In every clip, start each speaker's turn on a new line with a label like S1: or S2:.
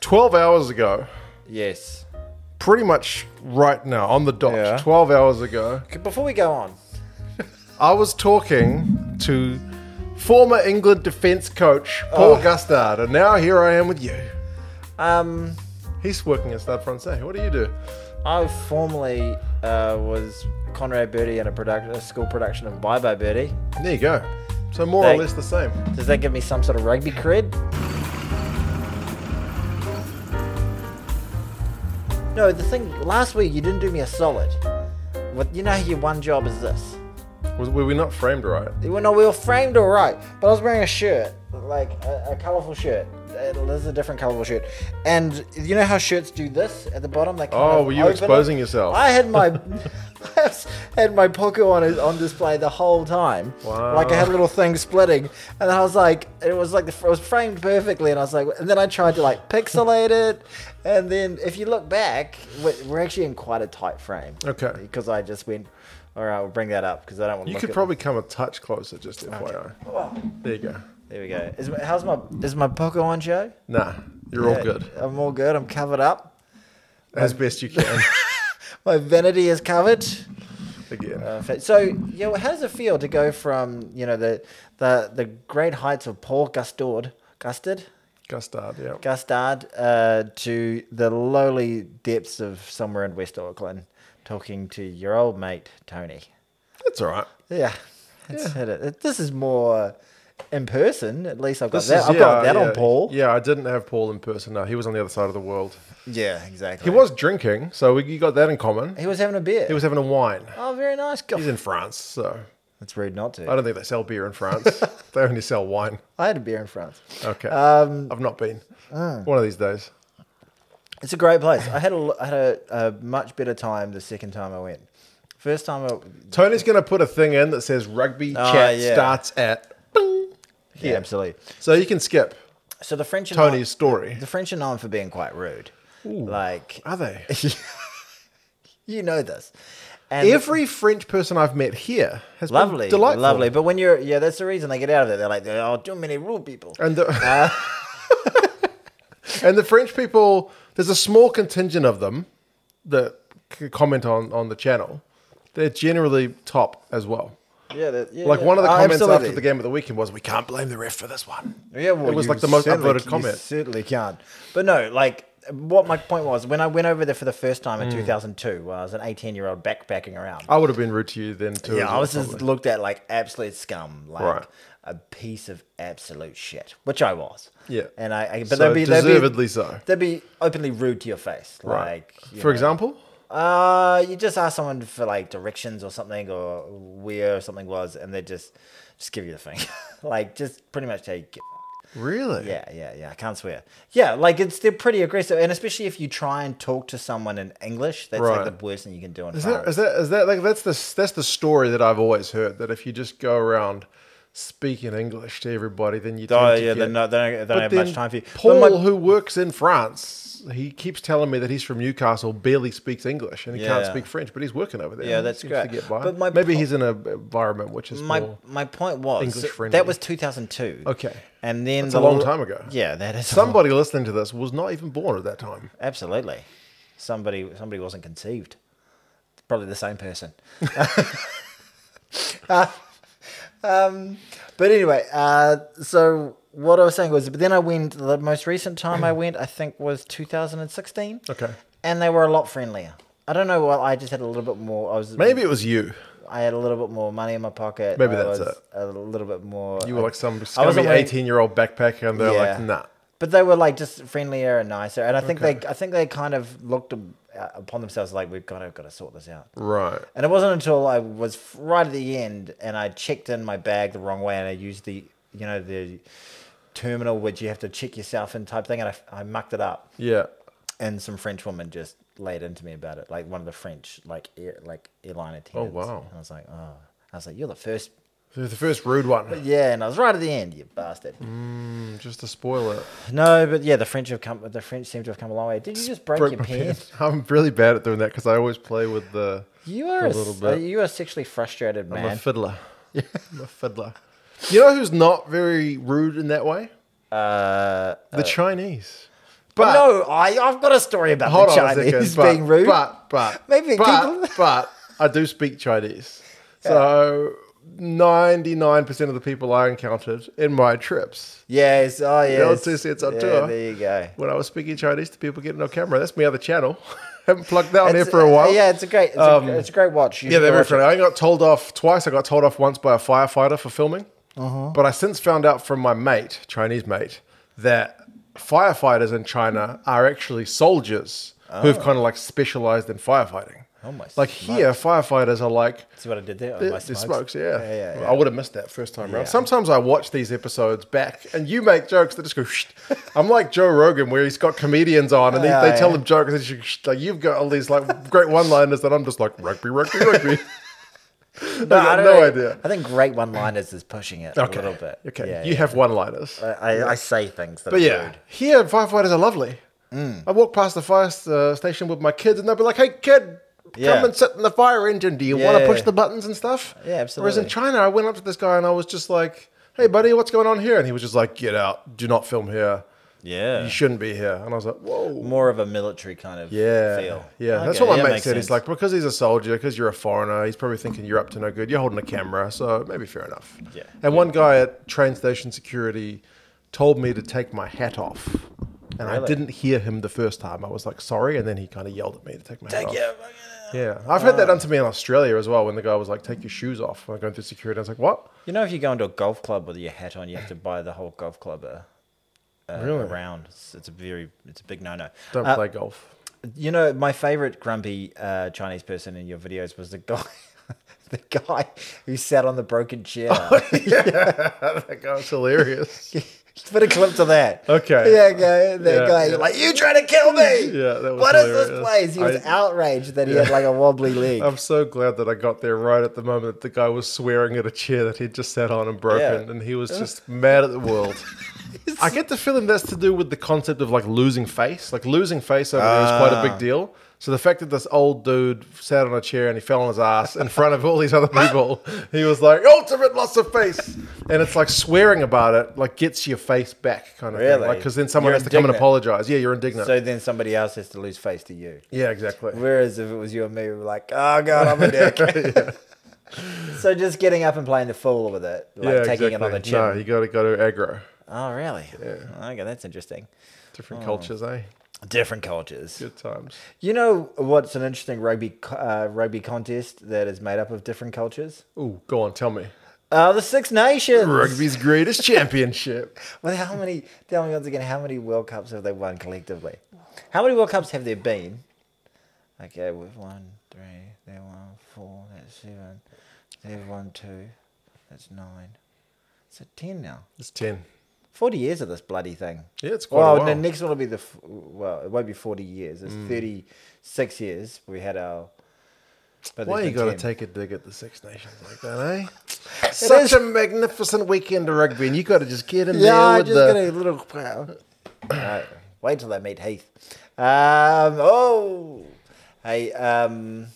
S1: 12 hours ago,
S2: Yes.
S1: pretty much right now, on the dot,
S2: Yeah.
S1: 12 hours ago,
S2: Okay, Before we go on,
S1: I was talking to former England defence coach Paul Gustard, and now here I am with you.
S2: um,
S1: He's working at Stade Francais. What do you do?
S2: I formerly uh, was Conrad Birdie in a production, a school production of Bye Bye Birdie.
S1: There you go. So more or
S2: Thank-
S1: less the same.
S2: Does that give me some sort of rugby cred? No, the thing last week you didn't do me a solid. What you know, your one job is this.
S1: Was, were we not framed right?
S2: We were, no, we were framed all right, but I was wearing a shirt, like a, a colourful shirt. Uh, This is a different colourful shirt, and you know how shirts do this at the bottom. They kind
S1: Oh,
S2: of
S1: were you
S2: open
S1: exposing
S2: it?
S1: yourself?
S2: I had my, I had my pocket on it- on display the whole time.
S1: Wow.
S2: Like I had a little thing splitting, and I was like, it was like the, it was framed perfectly, and I was like, and then I tried to like pixelate it, and then if you look back, we're- we're actually in quite a tight frame.
S1: Okay.
S2: Because I just went, all right, we'll bring that up because I don't want.
S1: You
S2: look
S1: could
S2: at-
S1: probably come a touch closer, just FYI. There you go.
S2: There we go. Is, my- how's my is my poker on, Joe?
S1: Nah, you're all
S2: Yeah,
S1: good.
S2: I'm all good. I'm covered up.
S1: As best you can.
S2: My vanity is covered.
S1: Again.
S2: Perfect. So, you know, how does it feel to go from you know the the the great heights of Paul Gustard, Gustard,
S1: Gustard, yeah.
S2: Gustard, uh, to the lowly depths of somewhere in West Auckland, talking to your old mate Tony?
S1: That's all right.
S2: Yeah, that's It. It- This is more in person. At least I've got
S1: This
S2: that.
S1: is-
S2: I've got
S1: yeah,
S2: that
S1: yeah.
S2: on Paul.
S1: Yeah, I didn't have Paul in person. No, he was on the other side of the world.
S2: Yeah, exactly.
S1: He was drinking, so we you got that in common.
S2: He was having a beer.
S1: He was having a wine.
S2: Oh, very nice. God.
S1: He's in France, so
S2: That's rude not to.
S1: I don't think they sell beer in France. they only sell wine.
S2: I had a beer in France.
S1: Okay.
S2: Um, ah.
S1: I've not been. One of these days.
S2: it's a great place. I had a l I had a, a much better time the second time I went. First time I
S1: Tony's going to put a thing in that says rugby
S2: Oh,
S1: chat
S2: yeah.
S1: starts at. Bing.
S2: yeah, absolutely.
S1: So you can skip
S2: So the French are known-
S1: Tony's story.
S2: the French are known for being quite rude. Like
S1: Are they?
S2: you know this. And
S1: Every French person I've met here has
S2: lovely,
S1: been delightful.
S2: lovely. But when you're yeah, that's the reason they get out of there. They're like, oh, too many rude people.
S1: And the,
S2: Ah.
S1: and the French people, there's a small contingent of them that c- comment on, on the channel. They're generally top as well.
S2: Yeah, that, yeah
S1: Like
S2: yeah.
S1: one of the
S2: Oh,
S1: comments
S2: absolutely.
S1: after the game of the weekend was, "We can't blame the ref for this one."
S2: Yeah, well,
S1: it was
S2: you
S1: like the most
S2: certainly-
S1: upvoted
S2: you
S1: comment.
S2: certainly can't. But no, like what my point was when I went over there for the first time
S1: Mm.
S2: in 2002, when I was an 18 year old backpacking around.
S1: I would have been rude to you then too. as
S2: yeah, I
S1: well,
S2: was just
S1: probably.
S2: looked at like absolute scum, like
S1: Right.
S2: a piece of absolute shit, which I was.
S1: Yeah.
S2: and I, I but
S1: So
S2: they'd be they'd be-
S1: deservedly so.
S2: They'd be openly rude to your face,
S1: right.
S2: like you
S1: For
S2: know,
S1: example,
S2: uh, you just ask someone for like directions or something or where something was, and they just just give you the thing, like just pretty much take.
S1: really?
S2: Yeah, yeah, yeah. I can't swear. Yeah, like it's they're pretty aggressive, and especially if you try and talk to someone in English, that's
S1: Right.
S2: like the worst thing you can do in
S1: Is
S2: France.
S1: that is that is that like that's the that's the story that I've always heard that if you just go around speaking English to everybody, then you tend
S2: oh
S1: to
S2: yeah,
S1: get,
S2: they no, they don't, they don't have much time for you.
S1: Paul,
S2: but my,
S1: who works in France, he keeps telling me that he's from Newcastle, barely speaks English, and he
S2: Yeah.
S1: can't speak French, but he's working over there.
S2: Yeah,
S1: and
S2: that's
S1: seems to
S2: great.
S1: get by.
S2: But my
S1: Maybe
S2: po-
S1: he's in an environment which is
S2: my
S1: more-
S2: my point was
S1: English
S2: that-
S1: friendly.
S2: that was 2002.
S1: Okay.
S2: and then
S1: It's
S2: the
S1: a long
S2: l-
S1: time ago.
S2: Yeah, that is some
S1: Somebody listening to this was not even born at that time.
S2: absolutely somebody somebody wasn't conceived. Probably the same person. Uh, um, but anyway, uh, so what I was saying was, but then I went. The most recent time I went, I think, was 2016.
S1: Okay.
S2: And they were a lot friendlier. I don't know. Well, I just had a little bit more. I was
S1: Maybe it was you.
S2: I had a little bit more money in my pocket.
S1: Maybe
S2: I
S1: that's
S2: was
S1: it.
S2: A little bit more.
S1: You were like some
S2: I wasn't
S1: scummy
S2: wearing-
S1: eighteen-year-old backpacker, and they're like, "Nah."
S2: But they were like just friendlier and nicer, and I think they, I think they kind of looked ab- uh, upon themselves like we've kind of got to sort this out.
S1: Right.
S2: And it wasn't until I was f- right at the end and I checked in my bag the wrong way and I used the, you know, the terminal which you have to check yourself in type thing, and I, I mucked it up.
S1: Yeah.
S2: And some French woman just laid into me about it, like one of the French like air, like airline attendants.
S1: Oh, wow.
S2: And I was like, oh, I was like, you're the first.
S1: The the first rude one.
S2: Yeah, and I was right at the end, you bastard.
S1: Mm. Just to spoil it.
S2: No, but yeah, the French have come. The French seem to have come a long way. Did you just break,
S1: Broke
S2: your
S1: my
S2: pen?
S1: pen. I'm really bad at doing that because I always play with the.
S2: You are a,
S1: little
S2: s-
S1: bit.
S2: uh, you are a sexually frustrated
S1: I'm a
S2: man.
S1: fiddler. I'm a fiddler. You know who's not very rude in that way?
S2: uh,
S1: The Chinese. But-
S2: But no, I, I've got a story about
S1: Hold
S2: the
S1: on
S2: Chinese
S1: a second. But,
S2: being rude.
S1: But but
S2: Maybe
S1: but,
S2: people-
S1: but I do speak Chinese. So ninety nine percent of the people I encountered in my trips
S2: yes, oh yes.
S1: know, two sets on
S2: yeah,
S1: tour.
S2: There you go.
S1: when I was speaking Chinese to people getting on camera. That's my other channel. Haven't plugged that on there
S2: It's- uh,
S1: for a while.
S2: Yeah, it's a great, it's,
S1: Um,
S2: a, it's a great watch. You
S1: Yeah,
S2: should
S1: they're very
S2: watch it.
S1: friendly. I got told off twice. I got told off once by a firefighter for filming.
S2: Uh-huh.
S1: But I since found out from my mate, Chinese mate, that firefighters in China are actually soldiers who've kind of like specialized in firefighting.
S2: Oh, my
S1: Like here, firefighters are like
S2: See what I did there? Oh,
S1: the
S2: my
S1: the
S2: smokes.
S1: smokes. yeah.
S2: Yeah, yeah,
S1: Well,
S2: yeah.
S1: I would have missed that first time around. Sometimes I watch these episodes back, and you make jokes that just go. Shh. I'm like Joe Rogan, where he's got comedians on, and they,
S2: Yeah,
S1: they tell
S2: yeah.
S1: them jokes, and you, like you've got all these like great one-liners that I'm just like rugby, rugby, rugby. I
S2: No,
S1: got
S2: I
S1: no
S2: don't know.
S1: idea.
S2: I think great one-liners is pushing it
S1: Okay,
S2: a little bit.
S1: okay.
S2: Yeah,
S1: you have one-liners,
S2: yeah. I, I, I say things that
S1: but
S2: are
S1: yeah,
S2: rude.
S1: here firefighters are lovely.
S2: Mm.
S1: I walk past the fire uh, station with my kids, and they'll be like, "Hey, kid."
S2: Yeah.
S1: Come and sit in the fire engine. Do you want to
S2: Yeah.
S1: push the buttons and stuff?
S2: Yeah,
S1: Whereas in
S2: absolutely.
S1: China, I went up to this guy and I was just like, "Hey, buddy, what's going on here?" And he was just like, "Get out! Do not film here.
S2: Yeah.
S1: You shouldn't be here." And I was like, "Whoa."
S2: More of a military kind of
S1: Yeah,
S2: feel.
S1: yeah. That's
S2: Okay,
S1: what my
S2: yeah,
S1: mate
S2: makes
S1: said. He's
S2: sense.
S1: like, because he's a soldier, because you're a foreigner, he's probably thinking you're up to no good. You're holding a camera, so maybe fair enough.
S2: Yeah.
S1: And one guy at train station security told me to take my hat off, and I
S2: Really?
S1: didn't hear him the first time. I was like, sorry, and then he kind of yelled at me to take my hat
S2: Take
S1: off.
S2: your- Oh.
S1: Yeah, I've had that done to me in Australia as well. When the guy was like, "Take your shoes off," when I'm going through security, I was like, "What?"
S2: You know, if you go into a golf club with your hat on, you have to buy the whole golf club a, a,
S1: Really?
S2: a round. It's, it's a very, it's a big no-no.
S1: Don't
S2: Uh,
S1: play golf.
S2: You know, my favorite grumpy uh, Chinese person in your videos was the guy, the guy who sat on the broken chair.
S1: Oh, That guy was hilarious.
S2: Put a clip to that.
S1: Okay.
S2: Yeah, guy, that
S1: Yeah,
S2: guy.
S1: yeah.
S2: Like you trying to kill me?
S1: Yeah, that was
S2: What is this
S1: hilarious.
S2: place? He was
S1: I-
S2: outraged that he had like a wobbly leg.
S1: I'm so glad that I got there right at the moment that the guy was swearing at a chair that he'd just sat on and broken,
S2: Yeah.
S1: and he was just mad at the world. I get the feeling that's to do with the concept of like losing face. Like losing face over there is quite a
S2: Ah.
S1: big deal. So the fact that this old dude sat on a chair and he fell on his ass in front of all these other people, he was like ultimate loss of face, and it's like swearing about it like gets your face back kind of thing.
S2: Really?
S1: Like because then someone
S2: You're
S1: has to come and
S2: indignant.
S1: apologize. Yeah, you're indignant.
S2: so then somebody else has to lose face to you.
S1: yeah, exactly.
S2: Whereas if it was you and me, we were like, oh god, I'm a dick. so just getting up and playing the fool with it, like
S1: yeah,
S2: taking it on the
S1: exactly.
S2: chin.
S1: No, you got to go to aggro.
S2: Oh really? Okay, that's interesting.
S1: Different cultures, eh?
S2: Different cultures.
S1: Good times.
S2: You know what's an interesting rugby co- uh, rugby contest that is made up of different cultures?
S1: Oh, go on, tell me.
S2: Uh, the Six Nations.
S1: Rugby's greatest championship.
S2: Well, how many? Tell me once again, how many World Cups have they won collectively? How many World Cups have there been? Okay, we've won three. They won four. That's seven. They've won two. That's nine. It's at ten now.
S1: It's ten.
S2: Forty years of this bloody thing.
S1: Yeah, it's quite a
S2: Well,
S1: while. Mm.
S2: the next one will be the f- well. It won't be forty years. It's thirty-six years. We had our. But
S1: Why
S2: there's
S1: you
S2: been
S1: got to
S2: 10.
S1: take a dig at the Six Nations like that, eh? Such a magnificent weekend of rugby, and you got to just get in
S2: Yeah,
S1: there
S2: I
S1: with
S2: just
S1: the.
S2: got a little. Alright, wait till I meet Heath. Um, oh, hey, um,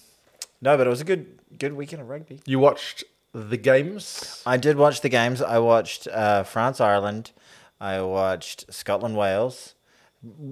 S2: no, but it was a good good weekend of rugby.
S1: You watched the games.
S2: I did watch the games. I watched uh, France Ireland. I watched Scotland Wales.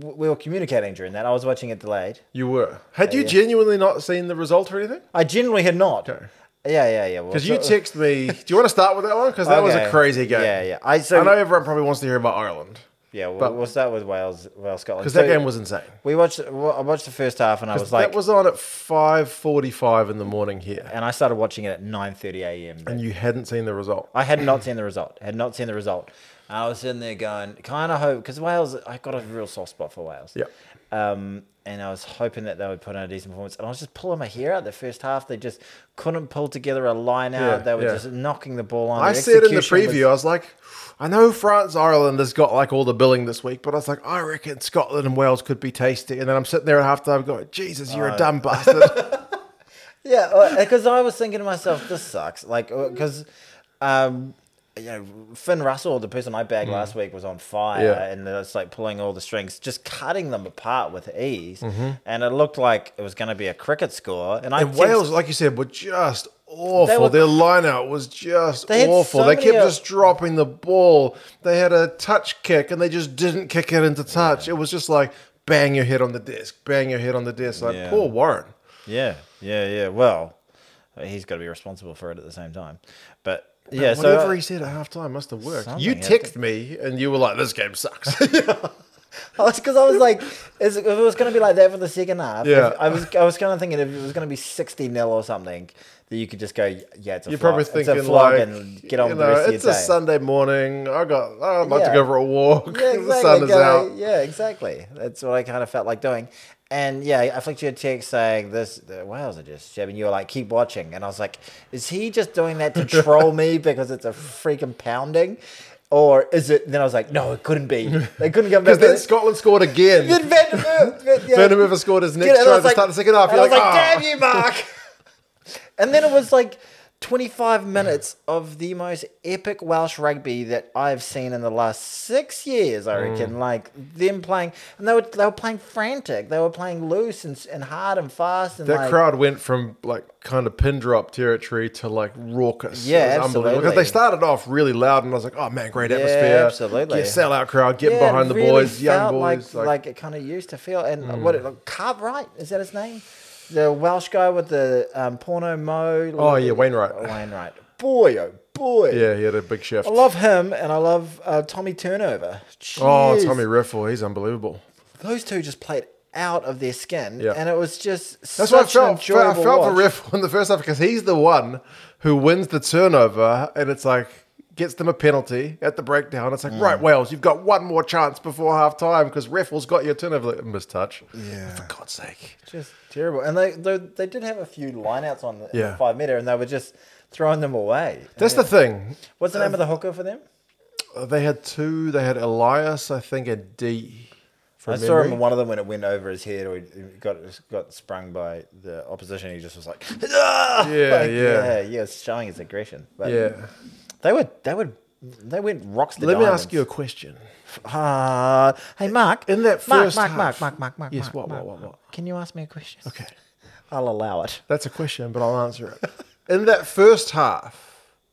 S2: W- We were communicating during that. I was watching it delayed.
S1: You were. Had you genuinely not seen the result or anything?
S2: I generally had not.
S1: Okay.
S2: Yeah, yeah, yeah.
S1: Because you text me. Do you want to start with that one? Because that was a
S2: Okay.
S1: crazy game.
S2: Yeah, yeah. I- so-
S1: I know everyone probably wants to hear about Ireland
S2: yeah. We'll,
S1: but-
S2: we'll start with Wales, Wales Scotland.
S1: because that
S2: So
S1: game was insane.
S2: We watched. well, I watched the first half, and I was like,
S1: that was on at five forty-five in the morning here,
S2: and I started watching it at nine thirty a.m. that
S1: and you hadn't seen the result.
S2: I had not seen the result. Had not seen the result. I was sitting there going, kind of hope because Wales. I got a real soft spot for Wales.
S1: Yeah.
S2: Um, and I was hoping that they would put in a decent performance. And I was just pulling my hair out the first half. They just couldn't pull together a line out.
S1: Yeah,
S2: they were
S1: yeah.
S2: just knocking the ball on.
S1: I
S2: Their
S1: said in the
S2: execution was-
S1: preview, I was like, I know France Ireland has got like all the billing this week, but I was like, I reckon Scotland and Wales could be tasty. And then I'm sitting there at halftime going, Jesus,
S2: Uh,
S1: you're a dumb bastard.
S2: Yeah, because I was thinking to myself, this sucks. Like, because, um, you know, Finn Russell, the person I bagged last week, was on fire,
S1: Mm. Yeah.
S2: and it's like pulling all the strings, just cutting them apart with ease, and it looked like it was going to be a cricket score. And I
S1: Mm-hmm. and
S2: text-
S1: Wales, like you said, were just awful.
S2: They were-
S1: Their lineout was just
S2: They had
S1: awful.
S2: so
S1: they
S2: many
S1: kept
S2: of-
S1: just dropping the ball. They had a touch kick and they just didn't kick it into touch. It was just like bang your head on the disc, bang your head on the disc. Like
S2: Yeah.
S1: poor Warren.
S2: Yeah, yeah, yeah. Well, he's got to be responsible for it at the same time. But yeah, so uh,
S1: Whatever he said at halftime must have worked.
S2: Something
S1: you
S2: had to-
S1: texted me and you were like, "This game sucks."
S2: I was because I was like, is, if it was going to be like that for the second half, if-
S1: Yeah.
S2: I was I was kind of thinking if it was going to be sixty nil or something, that you could just go, yeah, it's a
S1: You're
S2: flog.
S1: probably
S2: it's
S1: thinking
S2: a flog
S1: like,
S2: and get on
S1: you
S2: with the
S1: know,
S2: rest of
S1: it's
S2: your
S1: a
S2: day.
S1: Sunday morning. I got. I'd like to
S2: Yeah.
S1: go for a walk.
S2: yeah,
S1: the
S2: exactly.
S1: sun is
S2: go-
S1: out.
S2: Yeah, exactly. That's what I kind of felt like doing. And yeah, I flicked you a text saying this. The Wales are just shabby. And you were like, "Keep watching," and I was like, "Is he just doing that to troll me because it's a freaking pounding, or is it?" Then I was like, "No, it couldn't be. They couldn't come back."
S1: Because
S2: with
S1: then
S2: it."
S1: Scotland scored again.
S2: Then Vandermeer, Van, yeah.
S1: Vandermeer scored his
S2: Yeah,
S1: next
S2: and I
S1: try
S2: was
S1: to start the second half.
S2: and
S1: You're
S2: I was
S1: like,
S2: like,
S1: "Ah."
S2: damn you, Mark. and then it was like 25 minutes of the most epic Welsh rugby that I've seen in the last six years, I
S1: Mm.
S2: reckon. Like them playing, and they were, they were playing frantic. They were playing loose and, s- and hard and fast. And
S1: That
S2: like,
S1: crowd went from like kind of pin drop territory to like raucous. It
S2: Yeah,
S1: was unbelievable. Because
S2: absolutely.
S1: they started off really loud, and I was like, "Oh man, great
S2: Yeah,
S1: atmosphere!
S2: absolutely.
S1: yeah, sellout crowd, getting
S2: Yeah, it
S1: behind the
S2: really
S1: boys, young
S2: felt
S1: boys." Like,
S2: Like,
S1: Mm.
S2: like it kind of used to feel. And what it, like, Cartwright, is that his name? The Welsh guy with the um, porno mo.
S1: Oh, yeah, Wainwright.
S2: Wainwright. Boy, oh boy.
S1: yeah, he had a big shift.
S2: I love him and I love uh, Tommy Turnover.
S1: Oh,
S2: Jeez.
S1: Tommy Riffle, he's unbelievable.
S2: Those two just played out of their skin.
S1: Yeah.
S2: And it was just
S1: That's
S2: such
S1: what I
S2: an
S1: felt. I
S2: enjoyable
S1: felt for
S2: watch.
S1: Riff in the first half because he's the one who wins the turnover, and it's like gets them a penalty at the breakdown. It's like
S2: Hmm.
S1: right, Wales, you've got one more chance before half time because Riffle's got your turnover like, missed touch.
S2: Yeah.
S1: for God's sake.
S2: Just terrible. And they, they they did have a few lineouts on the, in the
S1: Yeah.
S2: five meter and they were just throwing them away.
S1: That's the thing.
S2: What's the name of the hooker for them?
S1: Uh, They had two. They had Elias, I think, and D.
S2: I
S1: From
S2: saw him
S1: memory.
S2: in one of them when it went over his head or he he got got sprung by the opposition. He just was like, "Ah!"
S1: Yeah, yeah.
S2: Like, yeah, yeah, showing his aggression. But
S1: Yeah.
S2: they were they would they went rocks. to
S1: Let me
S2: diamonds.
S1: ask you a question.
S2: Uh, hey, Mark.
S1: In that
S2: Mark,
S1: first
S2: Mark,
S1: half-
S2: Mark, Mark, Mark, Mark.
S1: Yes,
S2: Mark,
S1: what,
S2: Mark,
S1: what, what,
S2: Mark. Can you ask me a question?
S1: Okay,
S2: I'll allow it.
S1: that's a question, but I'll answer it. In that first half,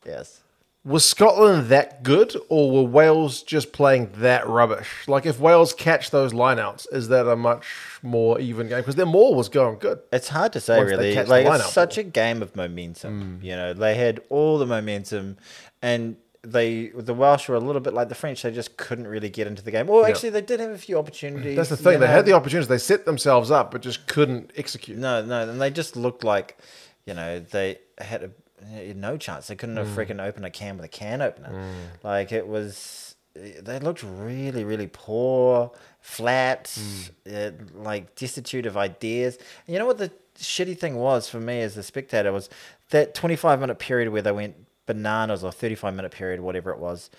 S2: Yes.
S1: Was Scotland that good, or were Wales just playing that rubbish? Like, if Wales catch those lineouts, is that a much more even game? Because their maul was going good.
S2: It's hard to say,
S1: Once they
S2: really.
S1: catch the
S2: Like
S1: lineup. Mm.
S2: it's such a game of momentum. You know, they had all the momentum, and they the Welsh were a little bit like the French. They just couldn't really get into the game. Well, actually, they did have a few opportunities.
S1: That's the thing.
S2: you
S1: They had
S2: know.
S1: the opportunity. They set themselves up, but just couldn't execute.
S2: No, no, and they just looked like, you know, they had a, had no chance. They couldn't have freaking opened a can with a can opener. Like it was, they looked really, really poor, flat, uh, like destitute of ideas. And you know what the shitty thing was for me as a spectator was that twenty-five minute period where they went bananas or thirty-five minute period, whatever it was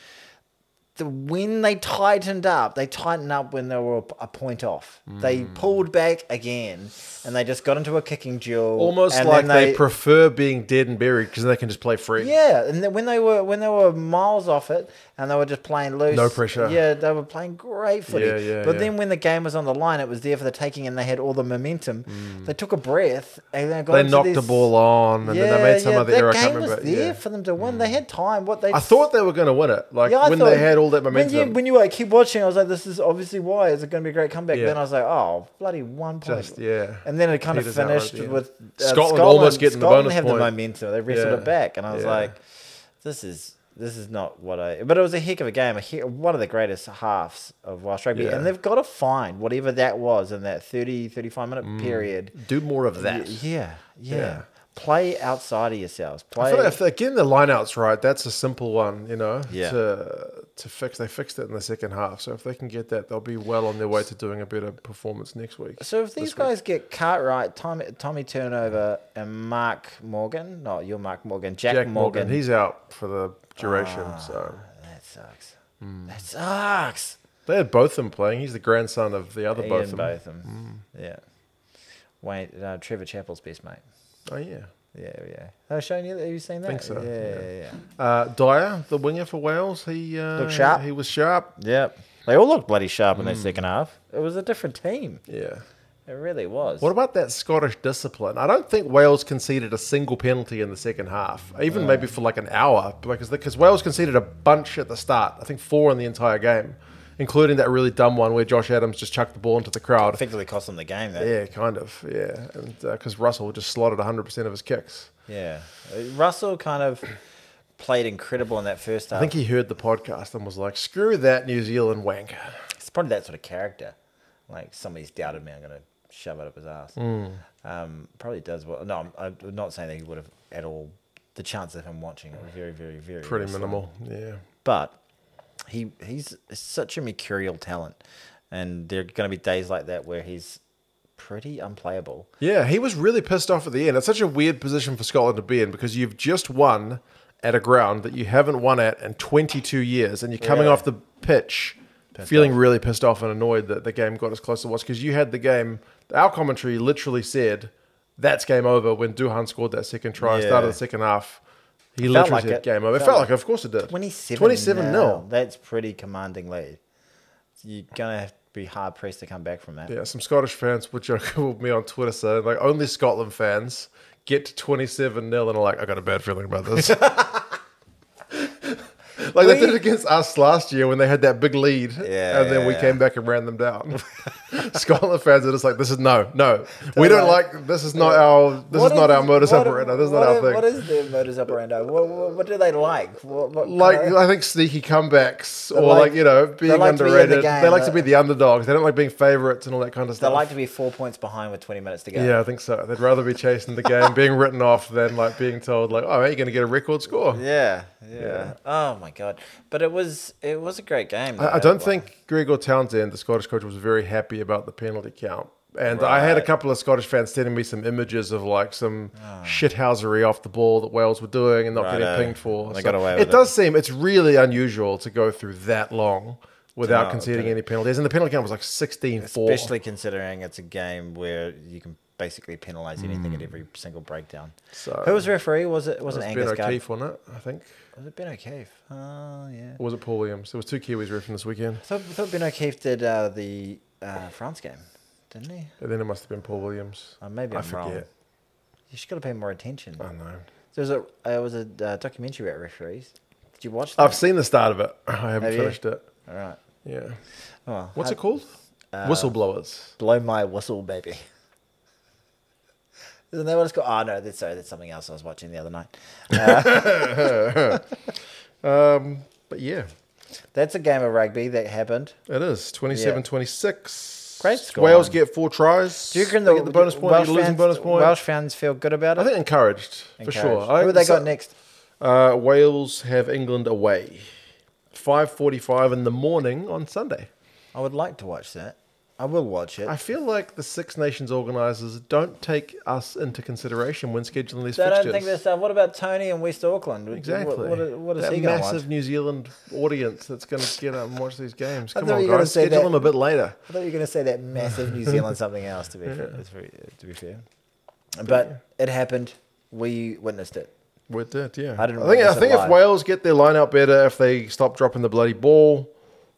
S2: the when they tightened up, they tightened up when they were a point off. They
S1: Hmm.
S2: pulled back again, and they just got into a kicking duel.
S1: Almost
S2: and
S1: like
S2: then
S1: they, prefer being dead and buried because they can just play free.
S2: yeah, and then when they were when they were miles off it, and they were just playing loose,
S1: No pressure.
S2: Yeah, they were playing great footy.
S1: Yeah, yeah,
S2: but
S1: yeah.
S2: then when the game was on the line, it was there for the taking, and they had all the momentum. They took a breath, and they
S1: Hmm.
S2: got
S1: They
S2: into
S1: knocked the
S2: this-
S1: ball on, and then they made some other
S2: that
S1: error. I
S2: game
S1: can't
S2: was
S1: remember.
S2: there
S1: Yeah. Hmm.
S2: for them to win. They had time. What they
S1: I thought they were going to win it. Like
S2: Yeah, I
S1: when
S2: thought-
S1: they had all that momentum.
S2: When you, when you like, keep watching, I was like, this is obviously why. Is it going to be a great comeback?
S1: Yeah.
S2: Then I was like, oh, bloody one point.
S1: Just- yeah.
S2: And then it kind
S1: Peters
S2: of
S1: out right
S2: finished
S1: at the end.
S2: with uh,
S1: Scotland almost getting the
S2: Scotland
S1: bonus
S2: had
S1: point.
S2: the momentum. They wrestled
S1: Yeah.
S2: it back. And I was
S1: Yeah.
S2: like, this is this is not what I. But it was a heck of a game. A he- one of the greatest halves of Welsh rugby.
S1: Yeah.
S2: And they've got to find whatever that was in that 30, 35 minute period.
S1: Do more of Mm. that.
S2: Y- Yeah, yeah.
S1: Yeah.
S2: Play outside of yourselves.
S1: I
S2: Play.
S1: feel like if they're getting the lineouts right, that's a simple one, you know,
S2: Yeah.
S1: to to fix. They fixed it in the second half, so if they can get that, they'll be well on their way to doing a better performance next week.
S2: So if these guys get Cartwright, Tommy, Tommy Turnover, and Mark Morgan, no, you're Mark Morgan, Jack,
S1: Jack
S2: Morgan. Ah.
S1: Morgan, he's out for the duration, so
S2: that sucks.
S1: Hmm.
S2: That sucks.
S1: they had both of them playing. He's the grandson of the other
S2: Ian,
S1: both of Hmm. them.
S2: both of them. Yeah. Wayne, uh, Trevor Chappell's best mate.
S1: Oh yeah,
S2: Yeah, yeah. Have I shown you that? Have you seen that?
S1: Think so,
S2: Yeah, yeah, yeah.
S1: uh, Dyer, the winger for Wales, he uh,
S2: Looked sharp.
S1: He was sharp. Hmm.
S2: Yep. They all looked bloody sharp in their second half. It was a different team.
S1: Yeah,
S2: It really was.
S1: What about that Scottish discipline? I don't think Wales conceded a single penalty in the second half, even maybe for like an hour, because because Wales conceded a bunch at the start. I think four in the entire game, including that really dumb one where Josh Adams just chucked the ball into the crowd.
S2: Effectively cost them the game, though.
S1: Yeah, kind of. Yeah, and because Russell just slotted 100% of his kicks.
S2: Yeah. Uh, Russell kind of played incredible in that first half.
S1: I think he heard the podcast and was like, "Screw that New Zealand wank."
S2: It's probably that sort of character. Like somebody's doubted me, I'm going to shove it up his ass.
S1: Mm.
S2: Um, probably does well. No, I'm, I'm not saying that he would have at all. The chance of him watching are very, very, very
S1: Pretty
S2: slim.
S1: minimal. Yeah.
S2: But he he's such a mercurial talent, and there are going to be days like that where he's pretty unplayable.
S1: Yeah, he was really pissed off at the end. It's such a weird position for Scotland to be in because you've just won at a ground that you haven't won at in 22 years, and you're coming
S2: Yeah.
S1: off the pitch feeling really pissed off and annoyed that the game got as close as it was because you had the game. Our commentary literally said that's game over when Duhan scored that second try,
S2: Yeah.
S1: started the second half. He
S2: Felt
S1: literally
S2: like
S1: said
S2: it.
S1: game over. It
S2: Felt
S1: felt like,
S2: like
S1: it. of course it did.
S2: 27
S1: 27
S2: nil.
S1: nil.
S2: That's pretty commanding lead. You're going to have to be hard pressed to come back from that.
S1: Yeah, some Scottish fans were joking with me on Twitter saying, like, only Scotland fans get to 27 0 and are like, I got a bad feeling about this. like, they did it against us last year when they had that big lead.
S2: Yeah,
S1: And then
S2: yeah,
S1: we
S2: yeah.
S1: came back and ran them down. Scotland fans are just like, this is no, no. we
S2: They're
S1: don't
S2: like-
S1: like, this is not our, this is not our modus operandi. This is not our thing.
S2: What is their modus operandi? What, what, what do they like? What, what
S1: like
S2: kind of-
S1: I think sneaky comebacks or
S2: like-
S1: like, you know
S2: they
S1: being
S2: like to be in the
S1: underrated.
S2: game,
S1: they like to
S2: uh,
S1: be the underdogs. They don't like being favourites and all that kind of
S2: they
S1: stuff.
S2: like to be four points behind with 20 minutes to go.
S1: Yeah, I think so. They'd rather be chasing the game, being written off, than like being told like, "Oh, mate, you're going to get a record score."
S2: Yeah, yeah. Oh my god! But it was it was a great game.
S1: I, I
S2: though.
S1: don't
S2: Like,
S1: think Gregor Townsend, the Scottish coach, was very happy about the penalty count. And I had a
S2: Right. Ah.
S1: couple of Scottish fans sending me some images of like some shithousery off the ball that Wales were doing and not
S2: Righto.
S1: getting pinged for.
S2: eh. They got away with
S1: it
S2: it.
S1: does seem it's really unusual to go through that long without
S2: not
S1: conceding
S2: penal-
S1: any penalties. And the penalty count was like 16-4.
S2: especially considering it's a game where you can basically penalise anything
S1: Hmm.
S2: at every single breakdown.
S1: So-
S2: Who was referee? Was it was it,
S1: It's Ben
S2: Angus Gardner?
S1: O'Keefe on it, I think.
S2: Was it Ben O'Keefe? Oh yeah.
S1: Or was it Paul Williams? There was two Kiwis riffing this weekend.
S2: I thought, I thought Ben O'Keefe did uh, the uh, France game, didn't he?
S1: And then it must have been Paul Williams.
S2: Uh, maybe
S1: I
S2: I'm wrong.
S1: forget.
S2: You should have paid more attention.
S1: I know.
S2: There's a uh, was a uh, documentary about referees. Did you watch that?
S1: I've seen the start of it. I haven't
S2: Have you?
S1: finished it.
S2: All right.
S1: Yeah.
S2: Oh, well,
S1: What's
S2: I-
S1: it called?
S2: uh,
S1: Whistleblowers.
S2: Blow my whistle, baby. Isn't that what it's called? Oh no, that's sorry, that's something else I was watching the other night.
S1: Um, but yeah,
S2: That's a game of rugby that happened.
S1: it is 27 26.
S2: Great score.
S1: Wales get four tries.
S2: Do you reckon
S1: They
S2: the,
S1: get the bonus point?
S2: Welsh
S1: you losing
S2: fans,
S1: bonus point?
S2: Welsh fans feel good about it.
S1: I think encouraged, for
S2: Encouraged.
S1: sure. I think
S2: Who have they
S1: so-
S2: got next?
S1: Uh, Wales have England away. 5.45 in the morning on Sunday.
S2: I would like to watch that. I will watch it.
S1: I feel like the Six Nations organisers don't take us into consideration when scheduling these
S2: So I
S1: fixtures.
S2: don't think that's uh, What about Tony in West Auckland? What-
S1: Exactly.
S2: What, what, what is
S1: that
S2: he going to watch?
S1: massive New Zealand audience that's going to get up and watch these games.
S2: I
S1: Come
S2: thought
S1: on,
S2: you were gonna
S1: guys,
S2: say
S1: schedule
S2: that.
S1: them a bit later.
S2: I thought you were going to say that massive New Zealand something else. To be fair, That's very- to be fair, but it happened. We witnessed it.
S1: We did, yeah.
S2: I didn't
S1: think,
S2: witness
S1: I
S2: it
S1: think if
S2: live.
S1: Wales get their line out better, if they stop dropping the bloody ball,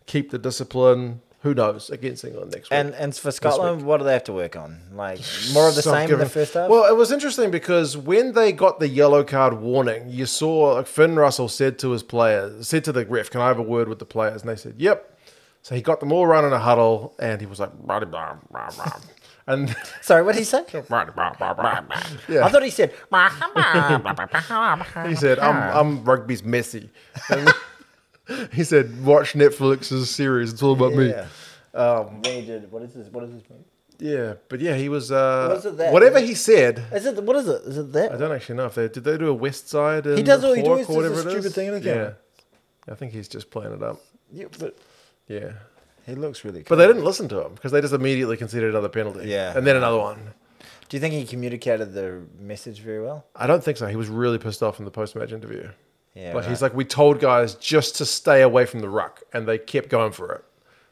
S1: keep the discipline, who knows against England next week.
S2: And and for Scotland, what do they have to work on? Like more of the
S1: Stop
S2: same in the
S1: giving-
S2: first half.
S1: Well, it was interesting because when they got the yellow card warning, you saw like, Finn Russell said to his players, said to the ref, "Can I have a word with the players?" And they said, "Yep." So he got them all running a huddle, and he was like, "Rah, rah, rah, rah." and
S2: Sorry, what did he say? I
S1: yeah,
S2: thought he said.
S1: he said, "I'm I'm rugby's messy." And he said, "Watch Netflix's series. It's all about me."
S2: Yeah. They did- What is this? What is this? movie?
S1: Yeah, but yeah, he was. Uh,
S2: Was it that-
S1: whatever he said,
S2: Is it what is it? Is it
S1: I
S2: that?
S1: don't actually know if they did. They do a West Side. In
S2: does all he do
S1: Hawke or
S2: is just a
S1: whatever it
S2: stupid
S1: is?
S2: thing in the camera.
S1: Yeah, I think he's just playing it up.
S2: Yeah, but
S1: Yeah,
S2: he looks really.
S1: but
S2: Cool.
S1: they didn't listen to him because they just immediately conceded another penalty.
S2: Yeah.
S1: and then another one.
S2: Do you think he communicated the message very well?
S1: I don't think so. He was really pissed off in the post-match interview.
S2: Yeah,
S1: like he's
S2: right.
S1: like, we told guys just to stay away from the ruck, and they kept going for it.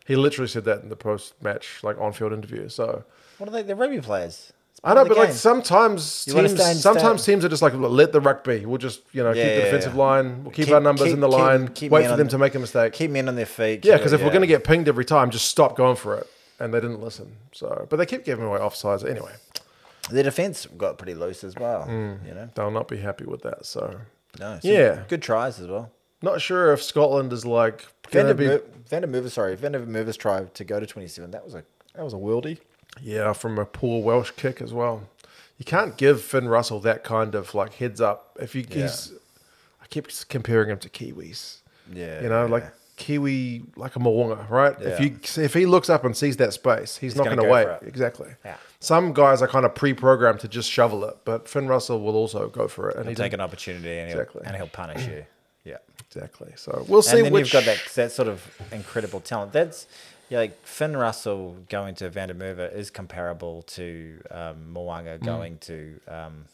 S1: He literally said that in the post-match, like on-field interview. So
S2: What are they? They're rugby players. It's
S1: I
S2: part
S1: know,
S2: of the
S1: but like
S2: game.
S1: sometimes
S2: You wanna
S1: teams,
S2: stay and
S1: sometimes
S2: stay.
S1: teams are just like, "Look, let the ruck be. We'll just you know
S2: Yeah,
S1: keep
S2: yeah,
S1: the defensive
S2: yeah.
S1: line. We'll keep,
S2: Keep-
S1: our numbers
S2: keep-
S1: in the
S2: keep-
S1: line.
S2: keep
S1: wait
S2: men
S1: for
S2: on
S1: them
S2: the-
S1: to make a mistake.
S2: keep men on their feet.
S1: yeah,
S2: keep-
S1: because if we're going to get pinged every time, just stop going for it. and they didn't listen. So, but they keep giving away offsides anyway.
S2: Their defence got pretty loose as well.
S1: Mm.
S2: You know,
S1: They'll not be happy with that. So,
S2: no, some
S1: Yeah.
S2: good tries as well.
S1: not sure if Scotland is like going to be.
S2: Vandermeer, Vandermeer, sorry, Vandermeer's try to go to twenty seven. That was a that was a worldie.
S1: Yeah, from a poor Welsh kick as well. You can't give Finn Russell that kind of like heads up. If you, he's, I keep comparing him to Kiwis.
S2: Yeah,
S1: you know, like
S2: yeah.
S1: Kiwi, like a Mwonga, right? If
S2: Yeah.
S1: you if he looks up and sees that space, he's, not
S2: gonna
S1: going to
S2: go
S1: wait.
S2: for it.
S1: Exactly.
S2: Yeah.
S1: Some guys are kind of pre-programmed to just shovel it, but Finn Russell will also go for it, and he
S2: take
S1: did
S2: an opportunity and
S1: Exactly.
S2: he'll, and he'll punish you. Yeah.
S1: exactly. So we'll see.
S2: and then
S1: which,
S2: you've got that that sort of incredible talent. That's yeah, like Finn Russell going to Vandermeer is comparable to um,
S1: Mm.
S2: Mwanga going to um,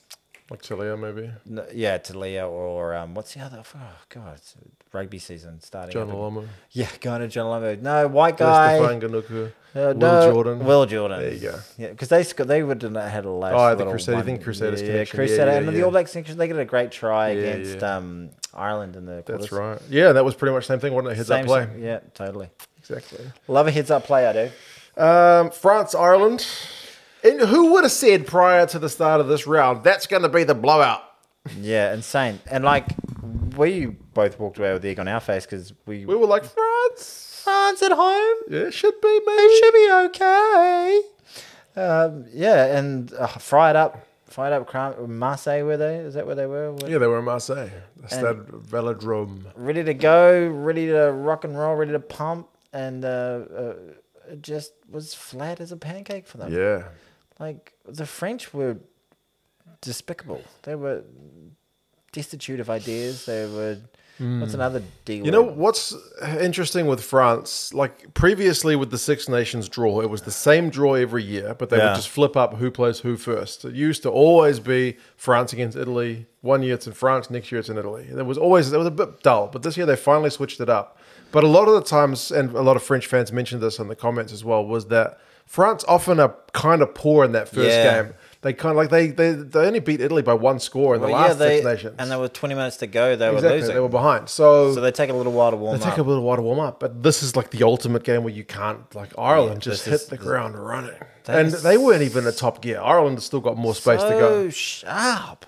S1: like Talia maybe
S2: n- yeah to Leah or um, what's the other? Oh God, it's rugby season starting.
S1: John
S2: up ag-
S1: Lomu,
S2: Yeah, going to John Lomu. No white guy.
S1: Stefan Ganuku,
S2: Uh,
S1: Will
S2: no,
S1: Jordan.
S2: Will Jordan.
S1: There you go.
S2: Yeah, because they sc- they would have had a last.
S1: Oh, the
S2: little
S1: Crusader- I think
S2: one-
S1: Crusaders
S2: Yeah,
S1: connection. Yeah,
S2: Crusader,
S1: yeah,
S2: and
S1: yeah.
S2: the All Blacks section. They got a great try
S1: Yeah,
S2: against
S1: yeah.
S2: um, Ireland in the.
S1: That's
S2: quarters.
S1: right. Yeah, that was pretty much the same thing, wasn't it? Heads
S2: Same
S1: up play.
S2: s- Yeah, totally.
S1: Exactly.
S2: Love a heads up play, I do.
S1: Um, France, Ireland. And who would have said prior to the start of this round that's going to be the blowout?
S2: Yeah, insane. And like, we both walked away with the egg on our face because we,
S1: We were like France.
S2: France at home.
S1: Yeah, it should be me.
S2: It should be okay. Um, yeah, and uh, fried up, fried up. Cram- Marseille, were they? Is that where they were? Were-
S1: Yeah, they were in Marseille. The Stade Velodrome.
S2: ready to go, ready to rock and roll, ready to pump, and uh, uh, it just was flat as a pancake for them.
S1: Yeah.
S2: Like the French were despicable. They were destitute of ideas. They were. What's another deal?
S1: You know what's interesting with France? Like previously with the Six Nations draw, it was the same draw every year, but they
S2: Yeah.
S1: would just flip up who plays who first. It used to always be France against Italy. One year it's in France, next year it's in Italy. It was always it was a bit dull, but this year they finally switched it up. But a lot of the times, and a lot of French fans mentioned this in the comments as well, was that France often are kind of poor in that first
S2: Yeah.
S1: game. They kind of like they, they they only beat Italy by one score in the
S2: Well,
S1: last
S2: they,
S1: Six Nations,
S2: and there were 20 minutes to go. They were
S1: exactly
S2: losing,
S1: they were behind. So
S2: so they take a little while to warm
S1: they take
S2: up.
S1: a little while to warm up, but this is like the ultimate game where you can't like Ireland
S2: Yeah,
S1: just
S2: this
S1: hit
S2: is-
S1: the
S2: this-
S1: ground running,
S2: That
S1: and
S2: is-
S1: they weren't even a top gear. Ireland has still got more space to go.
S2: So sharp,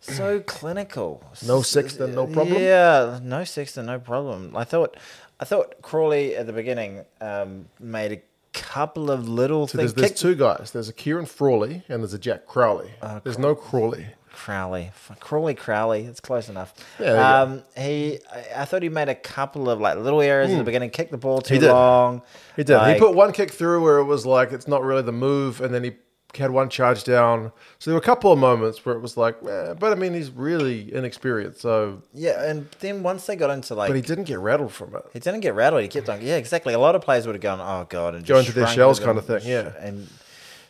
S2: so clinical.
S1: No
S2: S-
S1: Sexton, no problem?
S2: Yeah, no Sexton, no problem. I thought, I thought Crawley at the beginning um, made a couple of little
S1: So there's,
S2: things.
S1: there's
S2: Kicked Oh,
S1: two guys. There's a Kieran Frawley and there's a Jack Crowley. there's no Crawley.
S2: Crowley, F- Crawley, Crowley. It's close enough.
S1: Yeah, there you go.
S2: um, he, I- I thought he made a couple of like little errors in the beginning. Kicked the ball too
S1: Hmm. did.
S2: long.
S1: He did.
S2: like-
S1: he put one kick through where it was like it's not really the move, and then he had one charge down. So there were a couple of moments where it was like, eh, but I mean, he's really inexperienced. So,
S2: yeah, and then once they got into like
S1: but he didn't get rattled from it.
S2: He didn't get rattled. He kept on. Yeah, exactly. A lot of players would have gone, oh god, and
S1: Go
S2: just
S1: into their
S2: shrunk
S1: shells
S2: with them.
S1: kind of thing, yeah.
S2: and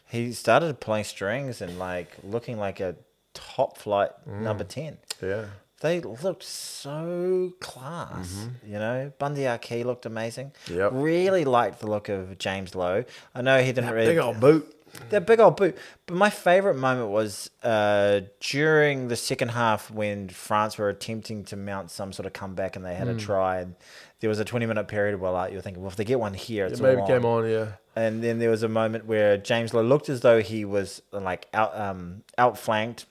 S2: he started playing strings and like looking like a top flight
S1: Mm.
S2: number ten.
S1: Yeah.
S2: They looked so class, you know. Bundy Arkey looked amazing.
S1: Mm-hmm. Yep.
S2: Really liked the look of James Lowe. I know he didn't really
S1: Big old boot.
S2: that big old boot. But my favorite moment was uh, during the second half when France were attempting to mount some sort of comeback and they had a try. And there was a 20 minute period where like, you're thinking, well, if they get one here, it's
S1: It
S2: all
S1: maybe
S2: on.
S1: came on. Yeah.
S2: And then there was a moment where James Lowe looked as though he was like out, um, outflanked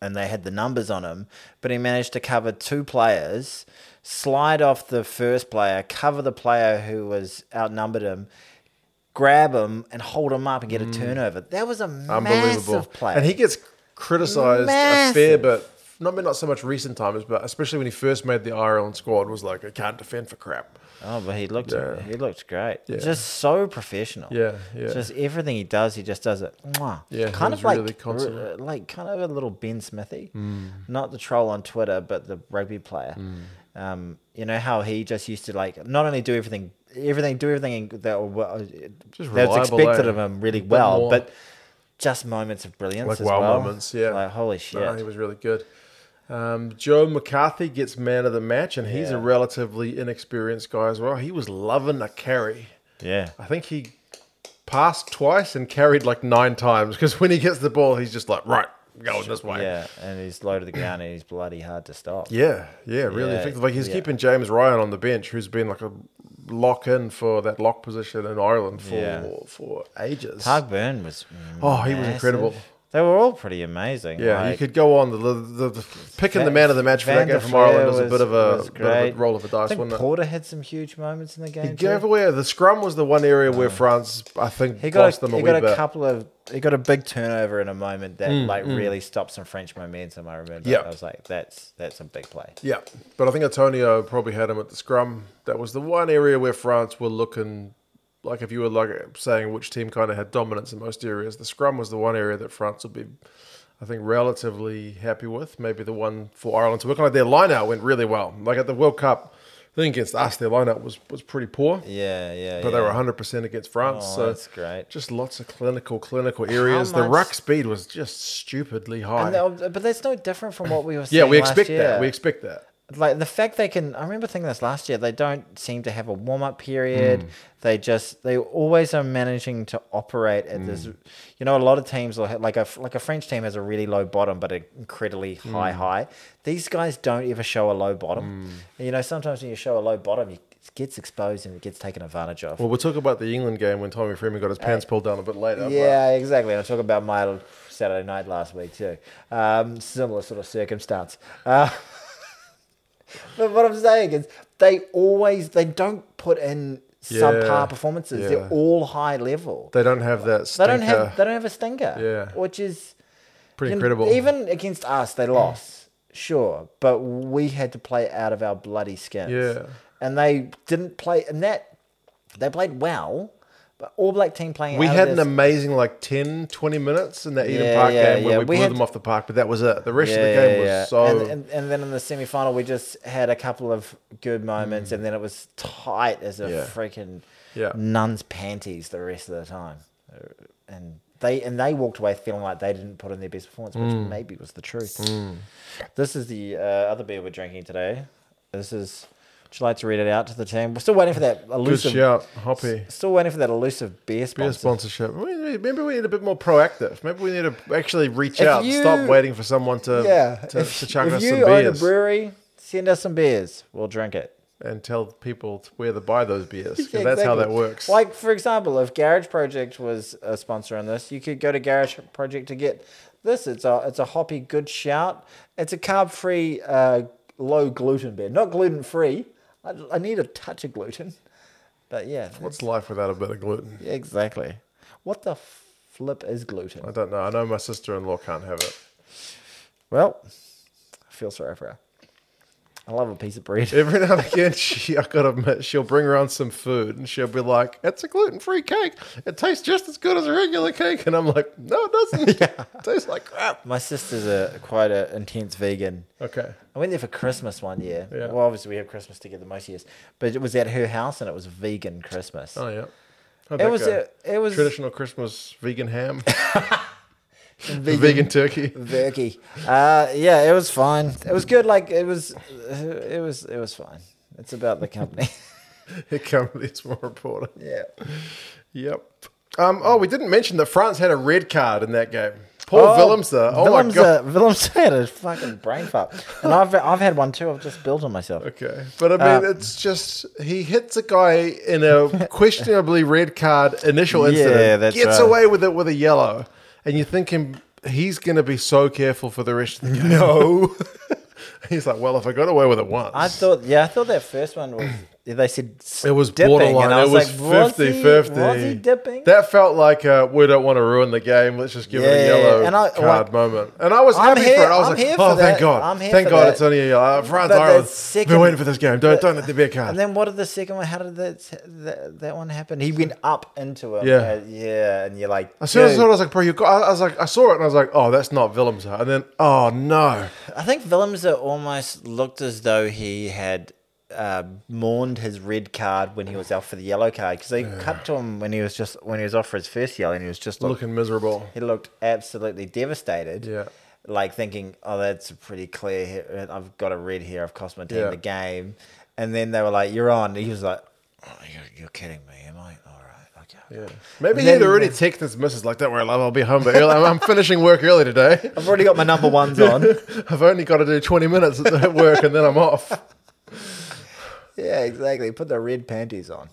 S2: and they had the numbers on him, but he managed to cover two players, slide off the first player, cover the player who was outnumbered him, grab him and hold him up and get a turnover. That was a massive play.
S1: Mm. And he gets criticized a fair
S2: Massive.
S1: bit. Not not so much recent times, but especially when he first made the Ireland squad, was like I can't defend for crap.
S2: oh, but he looked
S1: Yeah.
S2: he looked great.
S1: Yeah.
S2: Just so professional.
S1: Yeah, yeah.
S2: Just everything he does, he just does it. Mwah.
S1: Yeah, he
S2: kind
S1: was
S2: of like
S1: really consummate. Mm.
S2: r- uh, like kind of a little Ben Smithy, not the troll on Twitter, but the rugby player. Um, you know how he just used to like not only do everything, everything, do everything that, well, uh,
S1: Just
S2: that was
S1: reliable,
S2: expected
S1: eh?
S2: of him really
S1: bit
S2: well,
S1: more.
S2: but just moments of brilliance,
S1: Like
S2: as
S1: wow
S2: well.
S1: moments, yeah.
S2: Like holy shit,
S1: No, he was really good. Um, Joe McCarthy gets man of the match, and he's a
S2: Yeah.
S1: relatively inexperienced guy as well. He was loving a carry.
S2: yeah.
S1: I think he passed twice and carried like nine times because when he gets the ball, he's just like right, going this way.
S2: Yeah, and he's low to the ground and he's bloody hard to stop.
S1: Yeah, yeah, really
S2: Yeah,
S1: effective. Like he's
S2: yeah.
S1: keeping James Ryan on the bench, who's been like a lock in for that lock position in Ireland for
S2: Yeah.
S1: for ages.
S2: Targ Byrne was.
S1: Oh, he was
S2: massive.
S1: incredible.
S2: They were all pretty amazing.
S1: yeah, you
S2: like-
S1: could go on the, the, the, the- picking the
S2: Van-
S1: man of the match for that
S2: Van
S1: game
S2: der
S1: from Ireland
S2: Frere
S1: was, a bit of
S2: was
S1: a, bit
S2: great.
S1: of a roll of the
S2: I
S1: dice,
S2: think
S1: wasn't it?
S2: Porter had some huge moments in the game.
S1: He
S2: too.
S1: gave away the scrum was the one area where France I think
S2: He got
S1: lost
S2: a,
S1: them a
S2: he
S1: wee
S2: got a
S1: bit. Mm,
S2: couple of he got a big turnover in a moment that like really stopped some French momentum. I remember.
S1: Yeah.
S2: I was like, that's that's a big play.
S1: Yeah, but I think Antonio probably had him at the scrum. That was the one area where France were looking like if you were like saying which team kind of had dominance in most areas, the scrum was the one area that France would be, I think, relatively happy with. Maybe the one for Ireland to work on. Like their lineout went really well. Like at the World Cup, I think against us, their lineout was was pretty poor,
S2: Yeah, yeah.
S1: but they were 100 percent against France.
S2: Oh,
S1: so
S2: that's great.
S1: Just lots of clinical clinical areas. The
S2: much-
S1: ruck speed was just stupidly high.
S2: And that- but that's no different from what we were.
S1: yeah,
S2: seeing
S1: we
S2: last
S1: expect
S2: year.
S1: that. We expect that.
S2: like the fact they can i remember thinking this last year they don't seem to have a warm-up period they just they always are managing to operate at this you know a lot of teams will have, like a like a french team has a really low bottom but an incredibly high high these guys don't ever show a low bottom And, you know sometimes when you show a low bottom you it gets exposed and it gets taken advantage of
S1: Well, we'll talk about the England game when Tommy Freeman got his pants pulled down a bit later. but-
S2: Yeah, exactly. And I talk about my Saturday night last week too. Um, similar sort of circumstance. Uh, but what I'm saying is, they always they don't put in
S1: Yeah,
S2: subpar performances.
S1: yeah.
S2: They're all high level.
S1: they don't have that
S2: They
S1: stinker.
S2: don't have they don't have a stinker.
S1: Yeah.
S2: which is
S1: Pretty
S2: you know,
S1: incredible. Mm.
S2: Even against us, they lost. Sure, but we had to play out of our bloody skins.
S1: Yeah.
S2: and they didn't play. And that they played well, but All Black team playing.
S1: we
S2: out of
S1: had
S2: their
S1: an amazing like 10, 20 minutes in that Eden
S2: Yeah,
S1: Park
S2: yeah,
S1: game where
S2: yeah.
S1: we,
S2: We
S1: blew
S2: had-
S1: them off the park, but that was it. The rest of the game was so.
S2: And, and, and then in the semi final, we just had a couple of good moments, and then it was tight as a
S1: Mm. Yeah.
S2: freaking
S1: Yeah.
S2: nun's panties the rest of the time. Uh, And they and they walked away feeling like they didn't put in their best performance, which maybe was the truth. This is the uh, other beer we're drinking today. This is. Would you like to read it out to the team? We're still waiting for that
S1: good
S2: elusive.
S1: shout, Hoppy.
S2: Still waiting for that elusive beer
S1: Beer
S2: sponsor.
S1: sponsorship. We- we- Maybe we need a bit more proactive. Maybe we need to actually reach
S2: If
S1: out.
S2: you-
S1: stop waiting for someone to
S2: yeah.
S1: to,
S2: if
S1: to chuck
S2: if
S1: us
S2: you
S1: some
S2: own
S1: beers
S2: a brewery, send us some beers. We'll drink it.
S1: and tell people where to buy those beers. 'cause
S2: Yeah,
S1: that's how that
S2: exactly.
S1: works.
S2: Like for example, if Garage Project was a sponsor on this, you could go to Garage Project to get this. It's a it's a hoppy good shout. It's a carb free, uh, low gluten beer, not gluten free. I, I need a touch of gluten, but yeah,
S1: What's life without a bit of gluten?
S2: yeah, exactly. What the flip is gluten?
S1: I don't know. I know my sister-in-law can't have it.
S2: Well, I feel sorry for her. I love a piece of bread.
S1: Every now and again, she, I gotta admit, she'll bring around some food and she'll be like, It's a gluten free cake. It tastes just as good as a regular cake. And I'm like, No, it doesn't. It tastes like crap.
S2: My sister's a quite an intense vegan.
S1: Okay.
S2: I went there for Christmas one year.
S1: Yeah.
S2: Well, obviously we have Christmas together most years, but it was at her house and it was vegan Christmas.
S1: Oh, yeah. How'd
S2: it,
S1: that
S2: was,
S1: go?
S2: it, it was
S1: traditional Christmas vegan ham,
S2: vegan,
S1: vegan, turkey.
S2: turkey. Uh, yeah, it was fine. It was good. Like it was, it was, it was fine. It's about the company.
S1: Here comes this more reporter.
S2: yeah.
S1: Yep. Um, oh, we didn't mention that France had a red card in that game. Paul Willems, though. Oh, my God.
S2: Willemser, Willemser had a fucking brain fart, and I've I've had one too. I've just built on myself.
S1: Okay, but I
S2: Um,
S1: mean, it's just he hits a guy in a questionably red card initial
S2: Yeah,
S1: incident,
S2: that's
S1: gets
S2: right.
S1: away with it with a yellow, and you're thinking he's going to be so careful for the rest of the game. No, he's like, well, if I got away with it once,
S2: I thought, yeah, I thought that first one was. They said
S1: it was
S2: dipping,
S1: borderline.
S2: and I
S1: It was
S2: like,
S1: 50
S2: was he,
S1: 50.
S2: Was he dipping?
S1: That felt like uh, we don't want to ruin the game. Let's just give it a
S2: Yeah,
S1: yellow
S2: and I-
S1: card
S2: like-
S1: moment. And I was
S2: I'm
S1: happy for
S2: here-
S1: it. I was
S2: I'm
S1: like,
S2: here
S1: oh,
S2: for
S1: thank
S2: that.
S1: God.
S2: I'm here
S1: thank
S2: for
S1: God
S2: that.
S1: it's only a yellow. France,
S2: But that
S1: Ireland. Been
S2: second-
S1: waiting for this game. Don't, don't let there be a card.
S2: And then what did the second one? How did that that, that one happen? He went up into it. Uh,
S1: Yeah.
S2: yeah. And you're like,
S1: As soon as I saw it, I
S2: dude.
S1: was like, bro, you got, I I was like, I saw it and I was like, oh, that's not Willems. And then, oh, no.
S2: I think Willemser almost looked as though he had uh, mourned his red card when he was out for the yellow card because they cut to him when he was just when he was off for his first yellow and he was just look,
S1: Looking miserable.
S2: he looked absolutely devastated.
S1: Yeah.
S2: Like thinking, oh, that's a pretty clear. hit. I've got a red here. I've cost my team
S1: Yeah.
S2: the game. And then they were like, "You're on." He was like, oh, you're, "You're kidding me, am I? All right, okay."
S1: Yeah. Maybe
S2: And
S1: he'd
S2: then-
S1: already texted his missus, like, don't worry, love, I'll be home by early. I'm, I'm finishing work early today.
S2: I've already got my number ones on.
S1: I've only got to do 20 minutes at work and then I'm off.
S2: Yeah, exactly. Put the red panties on.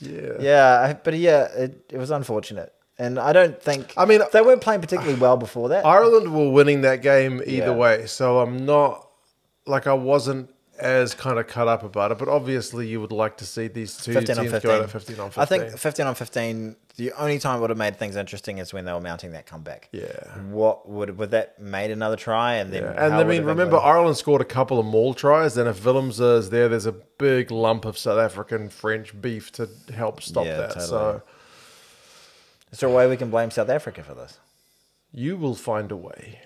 S1: Yeah.
S2: Yeah, I- but yeah, it, it was unfortunate, and I don't think.
S1: I mean-
S2: they weren't playing particularly well before that.
S1: Ireland were winning that game either
S2: Yeah.
S1: way, so I'm not like I wasn't as kind of cut up about it. But obviously, you would like to see these two teams
S2: fifteen on
S1: go
S2: fifteen.
S1: out at 15 on 15.
S2: I think fifteen on fifteen. The only time it would have made things interesting is when they were mounting that comeback.
S1: Yeah.
S2: What would would that made another try and then?
S1: Yeah, And I
S2: how would
S1: mean,
S2: it have
S1: remember
S2: been-
S1: Ireland scored a couple of maul tries, and if Willems is there, there's a big lump of South African French beef to help stop
S2: Yeah,
S1: that.
S2: totally.
S1: So
S2: Is there a way we can blame South Africa for this?
S1: you will find a way.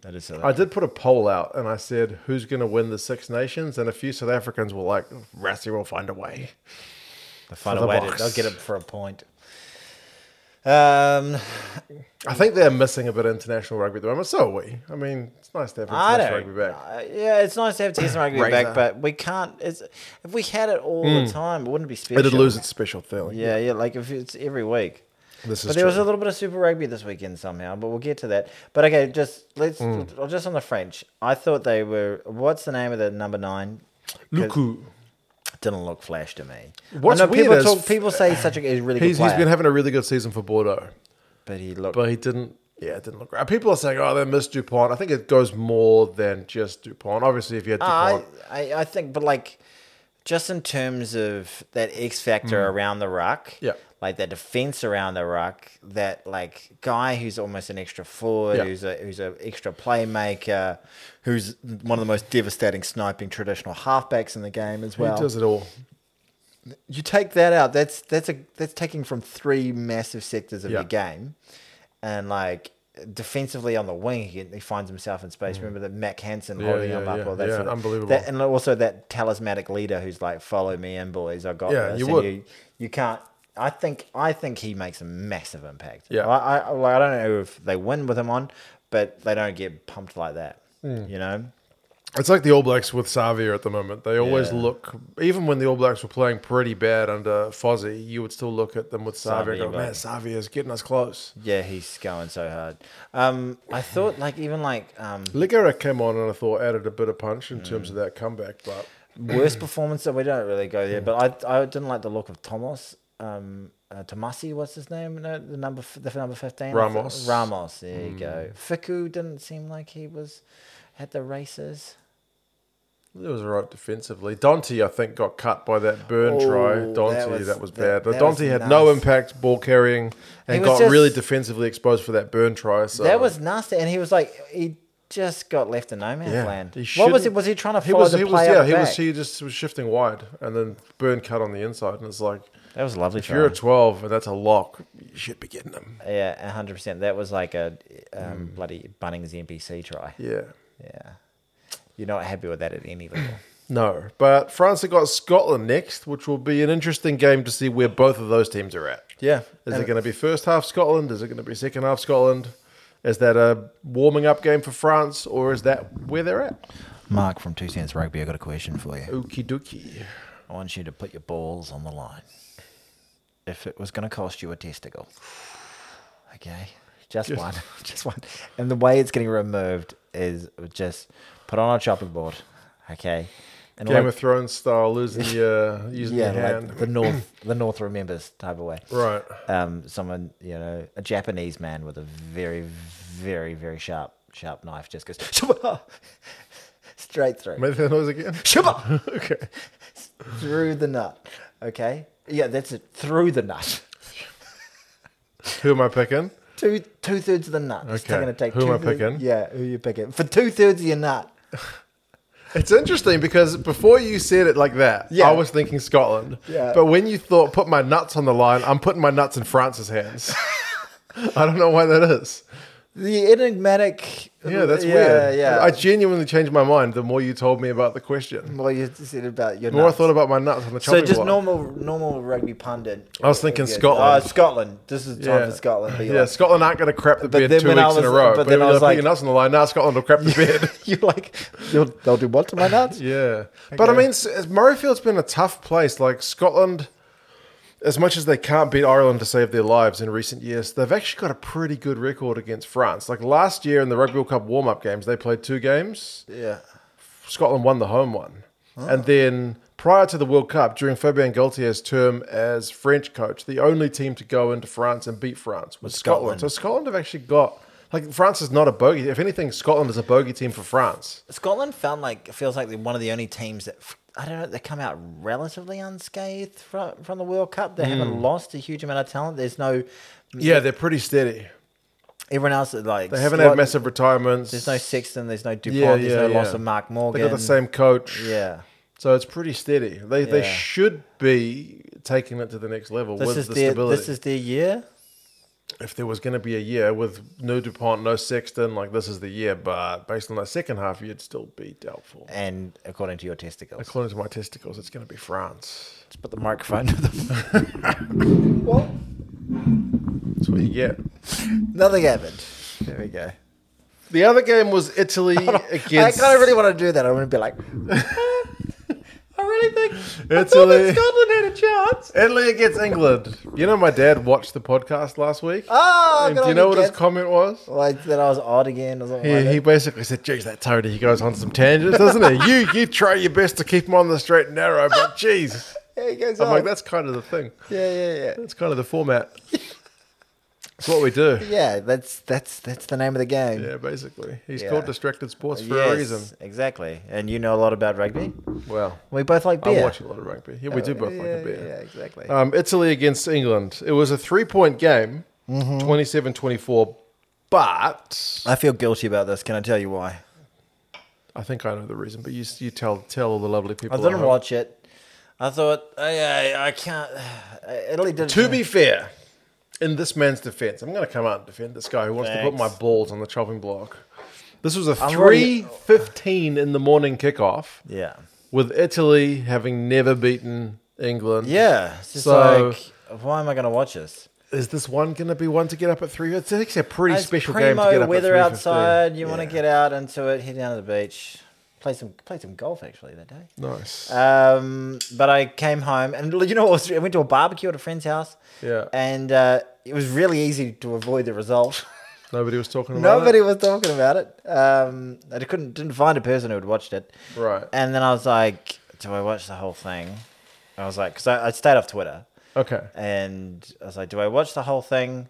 S2: That is South
S1: I did put a poll out, and I said, "Who's going to win the Six Nations?" And a few South Africans were like, "Rassi will find a way."
S2: The final
S1: the
S2: way to,
S1: box.
S2: they'll get it for a point. Um,
S1: I think they're missing a bit of international rugby at the moment. So are we. I mean, it's nice to have
S2: I
S1: international
S2: don't.
S1: rugby back.
S2: know. yeah, it's nice to have Test rugby
S1: Razor.
S2: back, but we can't. It's, if we had it all the time, it wouldn't be special.
S1: It did Mm. lose its special feeling.
S2: Yeah, yeah. Like if it's every week.
S1: This
S2: But
S1: is
S2: there was a
S1: true.
S2: little bit of Super Rugby this weekend somehow, but we'll get to that. But okay, just let's
S1: Hmm.
S2: just on the French. I thought they were. What's the name of the number nine? 'Cause
S1: Luku.
S2: didn't look flash to me.
S1: What's
S2: I know
S1: weird
S2: people
S1: is-
S2: talk, people say he's such a he's a really
S1: He's,
S2: good player,
S1: he's been having a really good season for Bordeaux,
S2: but he looked.
S1: but he didn't. Yeah, it didn't look great. People are saying, "Oh, they missed Dupont." I think it goes more than just Dupont. Obviously, if you had
S2: I,
S1: Dupont,
S2: Uh, I I think, but like, just in terms of that X factor around the ruck,
S1: Mm. Yeah.
S2: like that defense around the ruck, that like guy who's almost an extra forward,
S1: Yeah.
S2: who's a who's an extra playmaker, who's one of the most devastating sniping traditional halfbacks in the game as well.
S1: he does it all.
S2: You take that out, that's that's a that's taking from three massive sectors of
S1: Yeah.
S2: your game, and like. Defensively on the wing, he, he finds himself in space. Remember that Mac Hansen
S1: Mm. Yeah,
S2: holding
S1: yeah,
S2: him up,
S1: yeah,
S2: or that
S1: yeah,
S2: sort of-
S1: unbelievable.
S2: that- and also that talismanic leader who's like, "Follow me in, boys. I got
S1: Yeah,
S2: this."
S1: you
S2: and
S1: would.
S2: You, you can't. I think. I think he makes a massive impact.
S1: Yeah.
S2: I, I, like, I don't know if they win with him on, but they don't get pumped like that.
S1: Mm.
S2: You know.
S1: It's like the All Blacks with Savia at the moment. They always
S2: Yeah.
S1: look, even when the All Blacks were playing pretty bad under Fozzie, you would still look at them with Savia and
S2: Savia,
S1: go, man,
S2: mate.
S1: Savia's getting us close.
S2: Yeah, he's going so hard. Um, I thought like even like um,
S1: Ligera came on and I thought added a bit of punch in terms
S2: Mm.
S1: of that comeback, but
S2: worst performance that we don't really go there, but I I didn't like the look of Thomas. Um, uh, Tomasi, what's his name? No, the number f- the number fifteen.
S1: Ramos. Mm.
S2: Ramos. There you go. Fiku didn't seem like he was at the races.
S1: it was all right defensively. Dante, I think, got cut by that burn
S2: Oh,
S1: try.
S2: that
S1: Dante, that was,
S2: was-
S1: bad.
S2: that-
S1: But
S2: that was
S1: Dante had no
S2: nice.
S1: impact ball carrying
S2: He
S1: and
S2: was
S1: got
S2: just-
S1: really defensively exposed for that burn try. So
S2: That was nasty, and he was like he just got left in no man's
S1: Yeah,
S2: land.
S1: he
S2: What
S1: shouldn't-
S2: was he? Was he trying to
S1: he
S2: follow
S1: was,
S2: the
S1: he was,
S2: play out
S1: yeah,
S2: the
S1: he was,
S2: back?
S1: he just was shifting wide and then burn cut on the inside. And it's like,
S2: That was a lovely.
S1: If you're a
S2: try.
S1: 12 and that's a lock, you should be getting them.
S2: yeah, hundred percent. That was like a um, bloody Bunnings NPC try.
S1: Mm. Yeah.
S2: Yeah, you're not happy with that at any level.
S1: No. But France have got Scotland next, which will be an interesting game to see where both of those teams are at.
S2: yeah,
S1: Is it going to be first half Scotland? Is it going to be second half Scotland? Is that a warming up game for France or is that where they're at?
S2: Mark from Two Cents Rugby, I got a question for you.
S1: Okie dokie.
S2: I want you to put your balls on the line. If it was going to cost you a testicle, okay, just, one, just one. And the way it's getting removed is just put on a chopping board, okay. And
S1: Game
S2: like-
S1: of Thrones style, losing your, using
S2: yeah,
S1: your hand.
S2: like the north, the north remembers type of way.
S1: right.
S2: Um, someone, you know, a Japanese man with a very, very, very sharp, sharp knife just goes straight through.
S1: Make that noise again.
S2: Shiba!
S1: okay.
S2: through the nut. Okay. Yeah, that's it. Through the nut.
S1: Who am I picking?
S2: Two two thirds of the nut. It's
S1: Okay.
S2: going to take
S1: Who am
S2: two
S1: I
S2: thirds-
S1: picking?
S2: Yeah, who you picking for two thirds of your nut?
S1: It's interesting because before you said it like that,
S2: Yeah.
S1: I was thinking Scotland.
S2: Yeah.
S1: But when you thought put my nuts on the line, I'm putting my nuts in France's hands. I don't know why that is.
S2: The enigmatic.
S1: Yeah, that's
S2: yeah,
S1: weird.
S2: Yeah,
S1: I genuinely changed my mind the more you told me about the question.
S2: Well, you said about your.
S1: The more I
S2: nuts.
S1: thought about my nuts on the
S2: So
S1: chopping
S2: just
S1: block.
S2: normal, normal rugby pundit.
S1: I was thinking
S2: Yeah.
S1: Scotland.
S2: Oh, Scotland. This is time
S1: yeah.
S2: for Scotland. But
S1: yeah,
S2: you're like-
S1: Scotland aren't going to crap the
S2: But
S1: bed
S2: then
S1: two
S2: when
S1: weeks
S2: I
S1: in a
S2: was-
S1: row.
S2: but
S1: But,
S2: then
S1: when
S2: I
S1: you
S2: was
S1: put your
S2: like-
S1: nuts on the line. Now Scotland will crap the bed.
S2: you're like, you'll, they'll do what to my nuts?
S1: Yeah, but I mean, s- as Murrayfield's been a tough place. Like Scotland, as much as they can't beat Ireland to save their lives in recent years, they've actually got a pretty good record against France. Like last year in the Rugby World Cup warm-up games, they played two games.
S2: Yeah.
S1: Scotland won the home one. And then prior to the World Cup, during Fabien Gaultier's term as French coach, the only team to go into France and beat France was Scotland.
S2: Scotland.
S1: So Scotland have actually got like France is not a bogey. If anything, Scotland is a bogey team for France.
S2: Scotland found like feels like they're one of the only teams that f- I don't know they come out relatively unscathed from from the World Cup. They
S1: Hmm.
S2: haven't lost a huge amount of talent. There's no
S1: Yeah, they're pretty steady.
S2: everyone else is like
S1: They haven't
S2: Scot-
S1: had massive retirements.
S2: There's no Sexton. There's no Dupont.
S1: Yeah,
S2: there's
S1: yeah,
S2: no loss
S1: yeah.
S2: of Mark
S1: They
S2: Morgan.
S1: got the same coach.
S2: Yeah.
S1: So it's pretty steady. They they
S2: Yeah.
S1: should be taking it to the next level
S2: This
S1: with
S2: is
S1: the
S2: their
S1: stability.
S2: this is their year.
S1: if there was going to be a year with no DuPont, no Sexton, like this is the year, but based on that second half, you'd still be doubtful.
S2: And according to your testicles,
S1: According to my testicles, it's going to be France.
S2: let's put the microphone to them.
S1: What? That's what you get.
S2: Nothing happened. There we go.
S1: The other game was Italy
S2: I
S1: against
S2: kind of really want to do that. I want to be like, I really think I thought
S1: Italy.
S2: that Scotland had a chance.
S1: Italy against England. You know, my dad watched the podcast last week.
S2: Oh,
S1: And
S2: good
S1: do you
S2: on
S1: know what his
S2: Jets.
S1: comment was?
S2: like that I was odd again or something.
S1: Yeah,
S2: like that.
S1: he basically said, "Geez, that Tony, he goes on some tangents, doesn't he? You you try your best to keep him on the straight and narrow, but geez,
S2: yeah, he goes
S1: I'm
S2: on.
S1: like, that's kind of the thing.
S2: yeah, yeah, yeah,
S1: That's kind of the format. It's what we do.
S2: yeah. That's that's that's the name of the game.
S1: Yeah, basically, he's
S2: Yeah.
S1: called distracted sports for a
S2: Yes,
S1: reason.
S2: exactly. And you know a lot about rugby.
S1: Well,
S2: We both like
S1: I
S2: beer. Uh,
S1: watch a lot of rugby. Yeah, we do both like a
S2: Yeah,
S1: beer.
S2: Yeah, exactly.
S1: Um, Italy against England. It was a three-point game,
S2: Mm-hmm.
S1: 27-24, but
S2: I feel guilty about this. Can I tell you why?
S1: I think I know the reason. But you you tell tell all the lovely
S2: I
S1: people. at
S2: didn't
S1: home.
S2: watch it. I thought I I, I can't. Italy did.
S1: To be fair, in this man's defense, I'm going to come out and defend this guy who wants to put
S2: Thanks.
S1: my balls on the chopping block. This was a
S2: I'm already-
S1: 3:15 in the morning kickoff
S2: Yeah.
S1: with Italy having never beaten England.
S2: Yeah. It's just
S1: So-
S2: like, why am I going to watch this?
S1: Is this one going to be one to get up at 3? It's actually a pretty
S2: It's
S1: special
S2: primo
S1: game to get up
S2: weather
S1: at 3:15.
S2: outside. You want to
S1: Yeah.
S2: get out into it. Head down to the beach. Play some play some golf actually that day.
S1: Nice.
S2: Um, but I came home and you know what was, I went to a barbecue at a friend's house.
S1: Yeah.
S2: And uh, it was really easy to avoid the result.
S1: Nobody was talking about
S2: Nobody
S1: it.
S2: was talking about it. Um, I couldn't didn't find a person who had watched it.
S1: Right.
S2: And then I was like, do I watch the whole thing? I was like, because I, I stayed off Twitter,
S1: Okay.
S2: and I was like, do I watch the whole thing,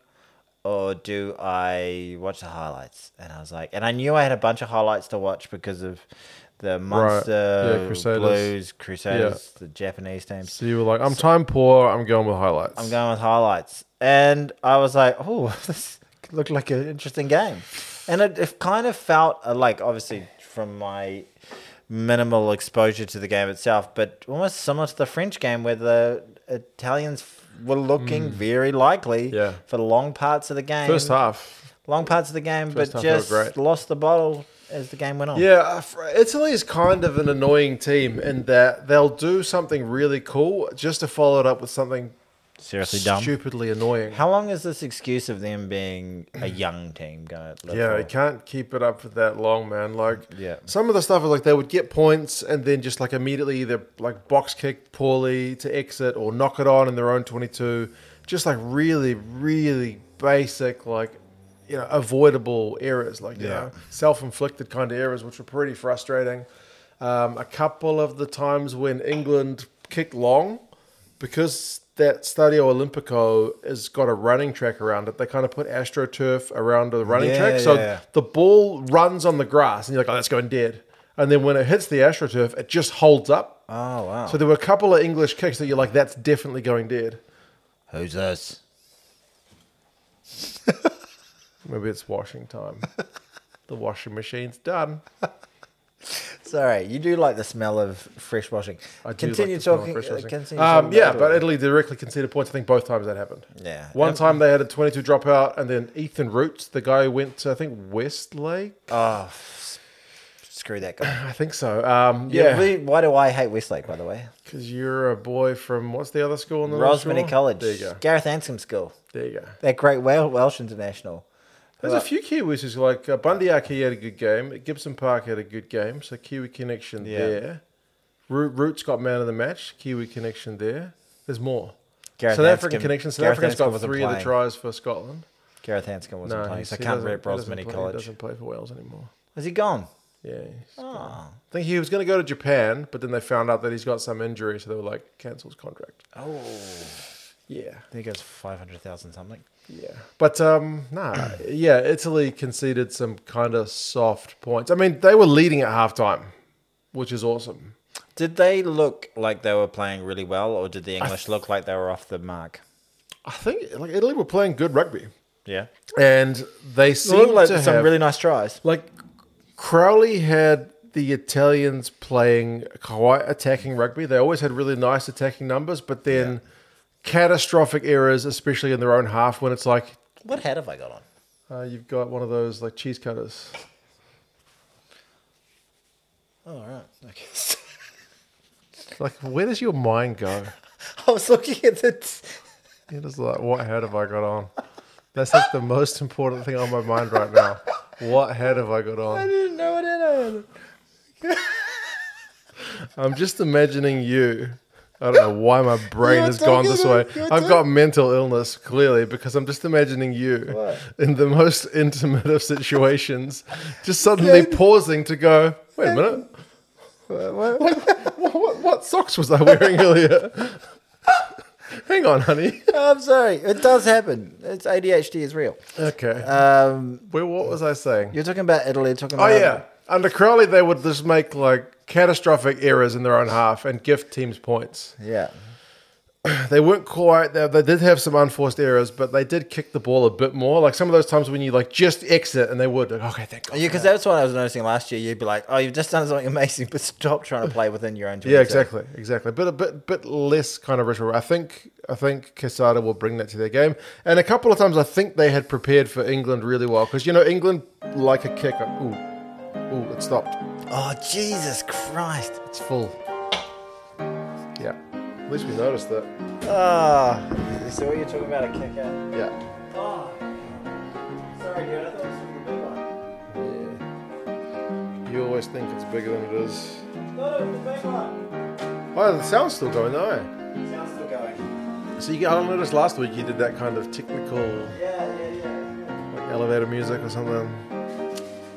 S2: or do I watch the highlights? And I was like, and I knew I had a bunch of highlights to watch because of the Munster
S1: Crusaders.
S2: Blues Crusaders, the Japanese team.
S1: So you were like, I'm time poor. I'm going with highlights.
S2: I'm going with highlights. And I was like, oh, this looked like an interesting game. And it, it kind of felt uh, like, obviously, from my minimal exposure to the game itself, but almost similar to the French game where the Italians f- were looking very likely
S1: Mm. Yeah.
S2: for long parts of the game.
S1: First half,
S2: Long parts of the game,
S1: First half
S2: but
S1: they were great.
S2: just lost the bottle as the game went on.
S1: Yeah, uh, Fr- Italy is kind of an annoying team in that they'll do something really cool just to follow it up with something
S2: Seriously dumb.
S1: stupidly annoying.
S2: How long is this excuse of them being a young team going? to live
S1: yeah,
S2: for?
S1: you can't keep it up for that long, man. Like,
S2: Yeah.
S1: some of the stuff is like they would get points and then just like immediately either like box kick poorly to exit or knock it on in their own 22. Just like really, really basic, like, you know, avoidable errors, like, you
S2: Yeah.
S1: know, self inflicted kind of errors, which were pretty frustrating. Um, a couple of the times when England kicked long, because that Stadio Olimpico has got a running track around it, they kind of put AstroTurf around the running
S2: Yeah,
S1: track. So
S2: yeah.
S1: the ball runs on the grass, and you're like, oh, that's going dead. And then when it hits the AstroTurf, it just holds up.
S2: Oh, wow.
S1: So there were a couple of English kicks that you're like, that's definitely going dead.
S2: Who's this?
S1: Maybe it's washing time. the washing machine's done.
S2: Sorry, you do like the smell of fresh washing.
S1: I do
S2: continue
S1: like the smell of
S2: talking.
S1: fresh
S2: uh,
S1: washing.
S2: continue
S1: um,
S2: talking
S1: yeah,
S2: about
S1: but
S2: Italy.
S1: Italy directly conceded points. I think both times that happened.
S2: Yeah.
S1: One time they had a 22 dropout, and then Ethan Root, the guy who went to, I think, Westlake.
S2: oh, s- screw that guy.
S1: I think so. Um,
S2: yeah.
S1: yeah,
S2: really- why do I hate Westlake? By the way,
S1: because you're a boy from what's the other school in the North
S2: Rosmini
S1: Shore?
S2: College,
S1: There you go.
S2: Gareth Anscombe School,
S1: There you go.
S2: that great Wel- Welsh international.
S1: There's a few Kiwis who's like uh, Bundyaki had a good game. Gibson Park had a good game. So Kiwi connection
S2: Yeah.
S1: there. Root, Root's got man of the match. Kiwi connection there. There's more.
S2: Gareth
S1: South African
S2: Anscombe-
S1: connection. South
S2: Gareth
S1: Africa's
S2: Anscombe
S1: got
S2: wasn't
S1: three of the
S2: playing.
S1: tries for Scotland.
S2: Gareth Anscombe wasn't playing, so I
S1: he
S2: can't
S1: doesn't-
S2: rep
S1: he doesn't
S2: Rosmini
S1: play- He
S2: College.
S1: doesn't play for Wales anymore.
S2: Is he gone?
S1: Yeah.
S2: Oh.
S1: I think he was going to go to Japan, but then they found out that he's got some injury, so they were like, cancel his contract.
S2: Oh.
S1: Yeah.
S2: There goes 500,000 something.
S1: Yeah. But um nah, yeah, Italy conceded some kind of soft points. I mean, they were leading at halftime, which is awesome.
S2: Did they look like they were playing really well, or did the English look like they were off the mark?
S1: I think like Italy were playing good rugby.
S2: Yeah.
S1: And they
S2: It looked
S1: seemed
S2: like
S1: to
S2: some
S1: have,
S2: really nice tries.
S1: like Crowley had the Italians playing quite attacking rugby. They always had really nice attacking numbers, but then catastrophic errors, especially in their own half, when it's like
S2: What hat have I got on?
S1: uh, you've got one of those like cheese cutters.
S2: Oh, all right. Okay.
S1: Like, where does your mind go?
S2: I was looking at the. T-
S1: It is like, what head have I got on? That's like the most important thing on my mind right now. What head have I got
S2: I
S1: on?
S2: didn't know what hat I had.
S1: I'm just imagining you. I don't know why my brain
S2: You're
S1: has gone this way.
S2: talking- you're
S1: I've got mental illness clearly because I'm just imagining you
S2: What?
S1: in the most intimate of situations, just suddenly pausing to go, wait a minute. What, what- what- what socks was I wearing earlier? Hang on, honey.
S2: Oh, I'm sorry. It does happen. It's ADHD is real.
S1: Okay.
S2: Um,
S1: Where, Uh, what was I saying?
S2: you're talking about Italy. You're talking
S1: Oh
S2: about
S1: yeah. Under Crowley, they would just make like catastrophic errors in their own half and gift teams points.
S2: yeah.
S1: They weren't quite. They, they did have some unforced errors, but they did kick the ball a bit more. Like some of those times when you like just exit and they would. Like, okay, thank God.
S2: Yeah, because that's what I was noticing last year. You'd be like, "Oh, you've just done something amazing," but stop trying to play within your own. 22.
S1: Yeah, exactly, exactly. But a bit, bit less kind of ritual. I think, I think Quesada will bring that to their game. And a couple of times, I think they had prepared for England really well because you know England like a kicker. Ooh, ooh, it stopped.
S2: Oh Jesus Christ!
S1: It's full. Yeah. At least we noticed that.
S2: Ah, so what you're talking about a kicker?
S1: Yeah.
S2: Oh, sorry, dude. I thought it was from the big one.
S1: Yeah. You always think it's bigger than it is.
S2: No, it was the big one.
S1: Oh, the sound's still going though.
S2: Sound's still going.
S1: So you, I noticed last week you did that kind of technical,
S2: Yeah, yeah, yeah.
S1: like elevator music or something.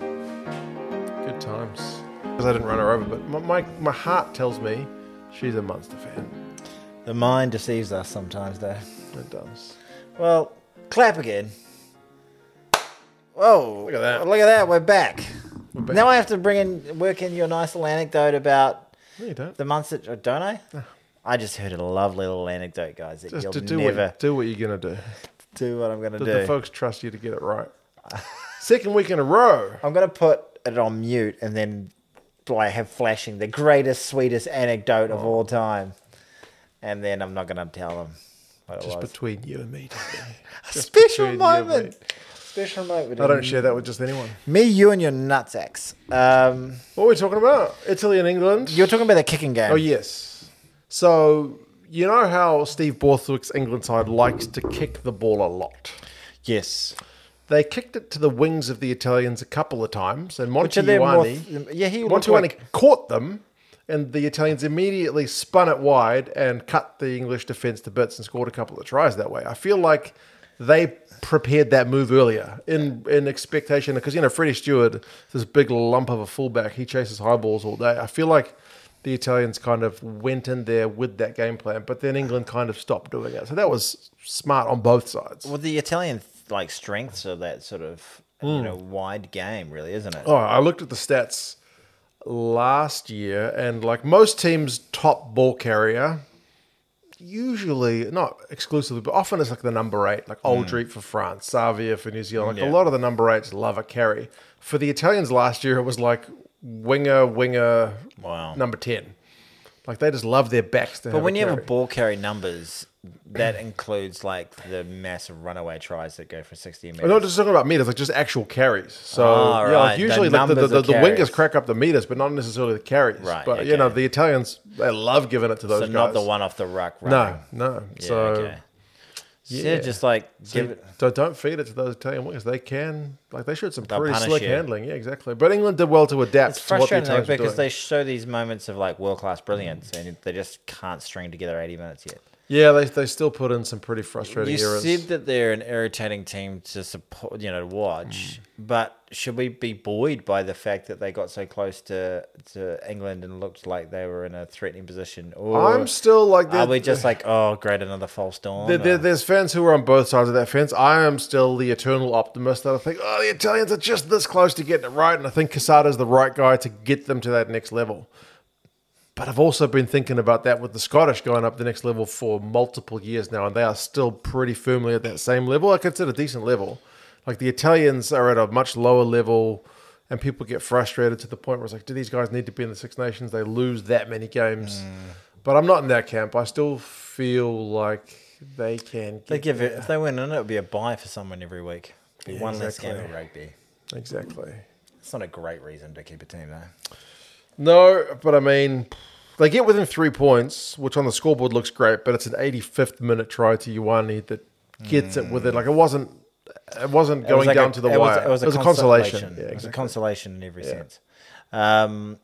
S1: Good times. Because I didn't run her over, but my, my, my heart tells me she's a monster fan.
S2: The mind deceives us sometimes, though.
S1: It does.
S2: Well, clap again. Whoa!
S1: Look at that.
S2: Look at that. We're back.
S1: We're back.
S2: Now I have to bring in work in your nice little anecdote about
S1: No, you don't.
S2: the months that or don't I? I just heard a lovely little anecdote, guys. That
S1: Just
S2: you'll
S1: to do
S2: never
S1: what, do what you're going to do.
S2: do what I'm going to
S1: The,
S2: do.
S1: the folks trust you to get it right. Second week in a row.
S2: I'm going to put it on mute and then like have flashing the greatest, sweetest anecdote
S1: Oh.
S2: of all time, and then I'm not going to tell them what it
S1: Just
S2: was.
S1: between you and me today.
S2: A
S1: between
S2: special
S1: you and
S2: moment. Special moment.
S1: I don't share that with just anyone.
S2: Me, you, and your nutsacks. Um,
S1: What are we talking about? Italy and England.
S2: you're talking about the kicking game.
S1: Oh yes. So you know how Steve Borthwick's England side likes to kick the ball a lot.
S2: Yes.
S1: They kicked it to the wings of the Italians a couple of times, and
S2: Which are there more?
S1: Montiuani
S2: th- yeah, he looked
S1: Montiuani
S2: like,
S1: caught them, and the Italians immediately spun it wide and cut the English defence to bits and scored a couple of tries that way. I feel like they prepared that move earlier in in expectation because you know Freddie Stewart, this big lump of a fullback, he chases high balls all day. I feel like the Italians kind of went in there with that game plan, but then England kind of stopped doing it. So that was smart on both sides.
S2: well, the Italian like strengths of that sort of you know wide game, really, isn't it?
S1: Hmm. Oh, I looked at the stats last year, and like most teams' top ball carrier, usually not exclusively, but often it's like the number eight, like Aldrete for France, Savia for New Zealand. Like
S2: Hmm. Yeah.
S1: a lot of the number eights love a carry. For the Italians last year, it was like winger, winger,
S2: Wow.
S1: number ten. Like they just love their backs. To
S2: But when you have a ball carry numbers, that includes like the massive runaway tries that go for 60
S1: I'm not
S2: meters.
S1: just talking about meters, like just actual carries. So
S2: Ah,
S1: yeah,
S2: right,
S1: like
S2: the
S1: usually like the, the,
S2: numbers
S1: the,
S2: of
S1: the
S2: carries.
S1: wingers crack up the meters, but not necessarily the carries.
S2: Right,
S1: But you know,
S2: okay.
S1: the Italians they love giving it to those
S2: So
S1: guys.
S2: not the one off the ruck. Running.
S1: No, no.
S2: Yeah,
S1: so
S2: okay. So
S1: yeah.
S2: just like give
S1: so
S2: it.
S1: so don't feed it to those Italian wingers. They can like they showed some
S2: They'll
S1: pretty
S2: punish
S1: slick
S2: you.
S1: handling. Yeah, exactly. But England did well to adapt
S2: It's
S1: to what the
S2: frustrating though
S1: Italians were
S2: because
S1: doing.
S2: they show these moments of like world class brilliance and they just can't string together 80 minutes yet.
S1: Yeah, they, they still put in some pretty frustrating
S2: You
S1: errors.
S2: said that they're an irritating team to support, you know, to watch.
S1: Mm.
S2: But should we be buoyed by the fact that they got so close to, to England and looked like they were in a threatening position? Or
S1: I'm still like
S2: are
S1: they're-
S2: we just like, oh, great, another false dawn?
S1: There, there,
S2: or-
S1: there's fans who are on both sides of that fence. I am still the eternal optimist that I think, oh, the Italians are just this close to getting it right, and I think Casada's the right guy to get them to that next level. But I've also been thinking about that with the Scottish going up the next level for multiple years now, and they are still pretty firmly at that same level. I consider a decent level. Like the Italians are at a much lower level, and people get frustrated to the point where it's like, do these guys need to be in the Six Nations? They lose that many games. But I'm not in that camp. I still feel like they can
S2: They
S1: get
S2: give it if they win in it, would be a buy for someone every week. Be
S1: Yeah,
S2: One less game
S1: exactly.
S2: of rugby.
S1: exactly.
S2: It's not a great reason to keep a team though.
S1: No, but I mean, they get within three points, which on the scoreboard looks great, but it's an 85th minute try to Ioane that gets it within. Like it wasn't, it wasn't
S2: It
S1: going
S2: was like
S1: down
S2: a-
S1: to the
S2: it was-
S1: wire.
S2: it was a
S1: consolation.
S2: consolation.
S1: Yeah,
S2: It was a
S1: exactly.
S2: consolation in every sense. Um,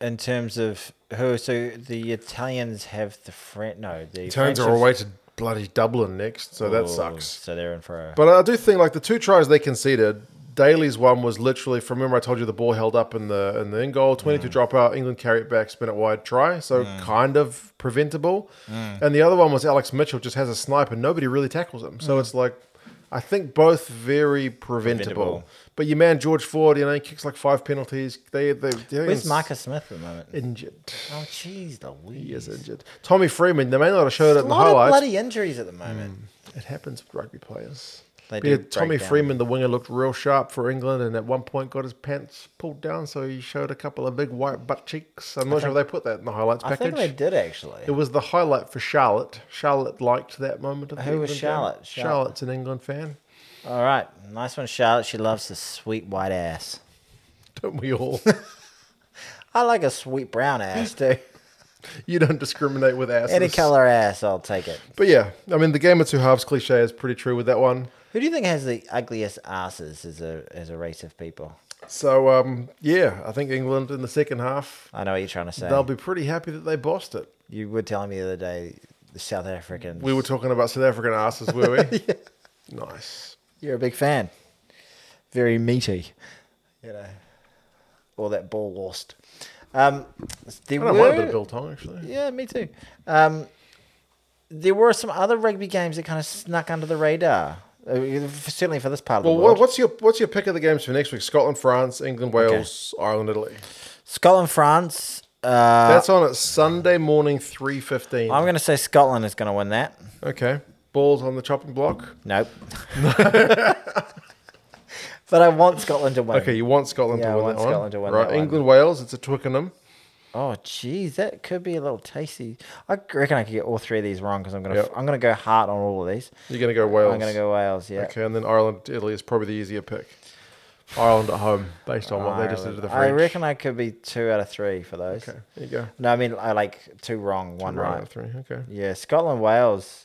S2: in terms of who, so the Italians have the French. No, the
S1: Turns
S2: French
S1: are
S2: have-
S1: away to bloody Dublin next, so
S2: Ooh,
S1: that sucks.
S2: So they're in for a.
S1: But I do think like the two tries they conceded, Daly's one was literally from remember I told you the ball held up in the in the end goal, twenty two drop dropout, England carry it back, spin it wide try, so kind of preventable. And the other one was Alex Mitchell just has a snipe and nobody really tackles him. So it's like I think both very preventable.
S2: Preventable.
S1: But your man George Ford, you know, he kicks like five penalties. They they
S2: Where's Marcus Smith at the moment?
S1: injured.
S2: Oh, jeez, Louise.
S1: He is injured. Tommy Freeman, they may not have showed it
S2: a
S1: in the
S2: lot of
S1: highlights. Hmm.
S2: bloody injuries at the moment.
S1: It happens with rugby players.
S2: They
S1: Be
S2: do
S1: it Tommy
S2: break down.
S1: Freeman, the winger, looked real sharp for England, and at one point got his pants pulled down, so he showed a couple of big white butt cheeks. I'm not sure if they put that in the highlights
S2: I
S1: package.
S2: think they did actually.
S1: It was the highlight for Charlotte. Charlotte liked that moment of the
S2: Who was
S1: England game.
S2: Charlotte? Charlotte.
S1: Charlotte's an England fan.
S2: All right, nice one, Charlotte. She loves the sweet white ass.
S1: Don't we all?
S2: I like a sweet brown ass too.
S1: you don't discriminate with asses.
S2: Any color ass, I'll take it.
S1: But yeah, I mean, the game of two halves cliche is pretty true with that one.
S2: Who do you think has the ugliest asses as a as a race of people?
S1: So um, yeah, I think England in the second half,
S2: I know what you're trying to say.
S1: they'll be pretty happy that they bossed it.
S2: you were telling me the other day the South Africans.
S1: We were talking about South African asses, were we? Nice.
S2: You're a big fan. Very meaty. You know, all that ball washed. Um, there
S1: I don't mind a bit of Bill Tong, actually.
S2: Yeah, me too. Um, there were some other rugby games that kind of snuck under the radar. Uh, Certainly for this part of
S1: Well,
S2: the world.
S1: what, what's your what's your pick of the games for next week? Scotland, France, England, Wales, Ireland, Italy.
S2: Scotland, France. Uh,
S1: That's on at Sunday morning, three fifteen.
S2: I'm going to say Scotland is going to win that.
S1: Okay, balls on the chopping block.
S2: Nope. but I want Scotland to win.
S1: Okay, you want Scotland
S2: Yeah, I
S1: to win
S2: want
S1: that one,
S2: Scotland to win
S1: right?
S2: that one.
S1: England, Wales. It's a Twickenham.
S2: Oh, geez, that could be a little tasty. I reckon I could get all three of these wrong because I'm going to
S1: Yep.
S2: I'm going to go hard on all of these.
S1: You're gonna go Wales.
S2: I'm going to go Wales. Yeah.
S1: Okay, and then Ireland, Italy is probably the easier pick. Ireland at home, based on what they just did to the
S2: I
S1: French.
S2: reckon I could be two out of three for those.
S1: Okay, there you go.
S2: No, I mean I like two wrong, one
S1: Right,
S2: right.
S1: out of three. Okay,
S2: Yeah, Scotland, Wales.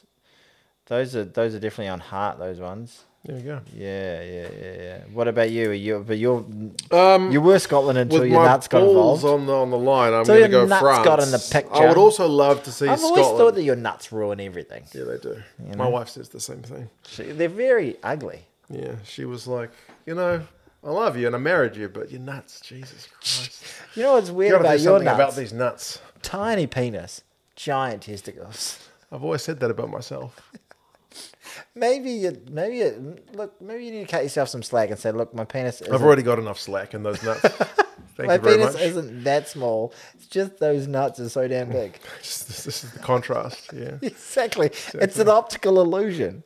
S2: Those are those are definitely on heart. Those ones.
S1: there you go.
S2: Yeah, yeah, yeah, yeah. What about you? Are you but you're
S1: Um,
S2: you were Scotland until
S1: with
S2: your
S1: my
S2: nuts got
S1: balls
S2: involved.
S1: on the, on the line, I'm
S2: So
S1: going to
S2: your
S1: go
S2: nuts
S1: France.
S2: got in the picture.
S1: I would also love to see
S2: I've
S1: Scotland.
S2: always thought that your nuts ruin everything.
S1: yeah, they do. My wife says the same thing.
S2: She- They're very ugly.
S1: Yeah, she was like, you know, I love you and I married you, but you're nuts. Jesus Christ.
S2: You know what's
S1: you
S2: weird
S1: got to
S2: about
S1: do
S2: your
S1: something
S2: nuts?
S1: about these nuts.
S2: Tiny penis, giant testicles.
S1: I've always said that about myself.
S2: Maybe you, maybe you, look, maybe you need to cut yourself some slack and say, look, my penis. Isn't,
S1: I've already got enough slack in those nuts. Thank
S2: my
S1: you very
S2: penis
S1: much.
S2: isn't that small. It's just those nuts are so damn big.
S1: Just- this, this is the contrast. Yeah.
S2: exactly. It's an optical illusion.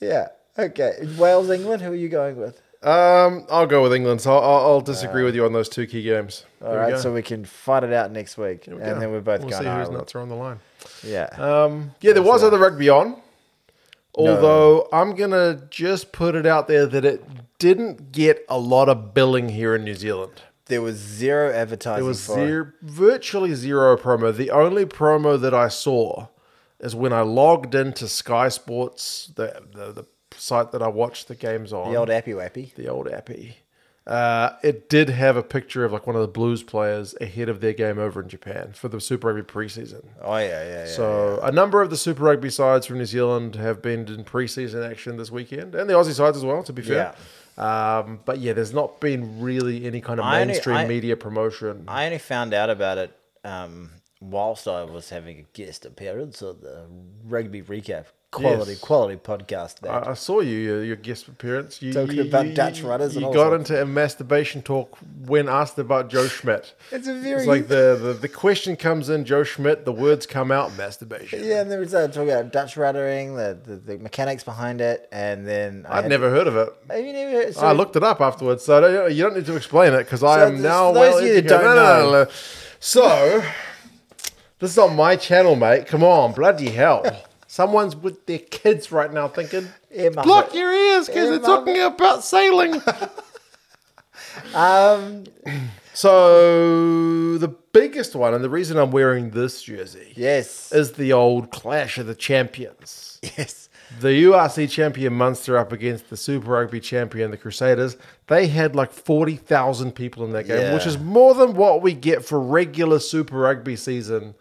S2: Yeah. Okay. Wales, England. Who are you going with?
S1: Um, I'll go with England. So I'll, I'll, I'll disagree with you on those two key games.
S2: Uh, All
S1: There we
S2: right,
S1: go.
S2: so we can fight it out next week,
S1: There
S2: and
S1: we go.
S2: then we're both
S1: we'll
S2: going.
S1: see whose
S2: Ireland.
S1: nuts are on the line.
S2: Yeah.
S1: Um, yeah, there was other rugby on. Although I'm gonna just put it out there that it didn't get a lot of billing here in New Zealand.
S2: there was zero advertising.
S1: There was
S2: for it.
S1: zero, virtually zero promo. The only promo that I saw is when I logged into Sky Sports, the the, the site that I watched the games on,
S2: the old appy wappy.
S1: the old appy, Uh, it did have a picture of like one of the Blues players ahead of their game over in Japan for the Super Rugby preseason.
S2: Oh yeah, yeah, yeah.
S1: So a number of the Super Rugby sides from New Zealand have been in preseason action this weekend, and the Aussie sides as well. To be fair, um, but yeah, there's not been really any kind of
S2: I only-
S1: mainstream
S2: I-
S1: media promotion.
S2: I only found out about it um, whilst I was having a guest appearance at the Rugby Recap quality
S1: Yes.
S2: quality podcast. That
S1: I, I saw you your, your guest appearance. You,
S2: Talking
S1: you-
S2: about
S1: you-
S2: Dutch runners
S1: You
S2: and all
S1: got
S2: sorts.
S1: into a masturbation talk when asked about Joe Schmidt.
S2: It's a
S1: It's
S2: very-
S1: like the, the the question comes in Joe Schmidt, the words come out masturbation.
S2: yeah, and then we started talking about Dutch ruddering, the, the, the mechanics behind it, and then I
S1: I'd
S2: had-
S1: never heard of it.
S2: Have you never?
S1: I
S2: so-
S1: looked it up afterwards, so I don't- you don't need to explain it because I
S2: So
S1: am
S2: this-
S1: now
S2: for
S1: well
S2: those of you that
S1: educated.
S2: don't
S1: No, no, no,
S2: know.
S1: no, no. So this is on my channel, mate. Come on, bloody hell! Someone's with their kids right now thinking,
S2: Earmuff
S1: "Block
S2: it.
S1: your ears because they're
S2: Earmuff
S1: talking about sailing."
S2: Um,
S1: so the biggest one, and the reason I'm wearing this jersey,
S2: yes,
S1: is the old Clash of the Champions.
S2: yes.
S1: the URC champion Munster up against the Super Rugby champion, the Crusaders, they had like 40,000 people in that game,
S2: Yeah.
S1: which is more than what we get for regular Super Rugby season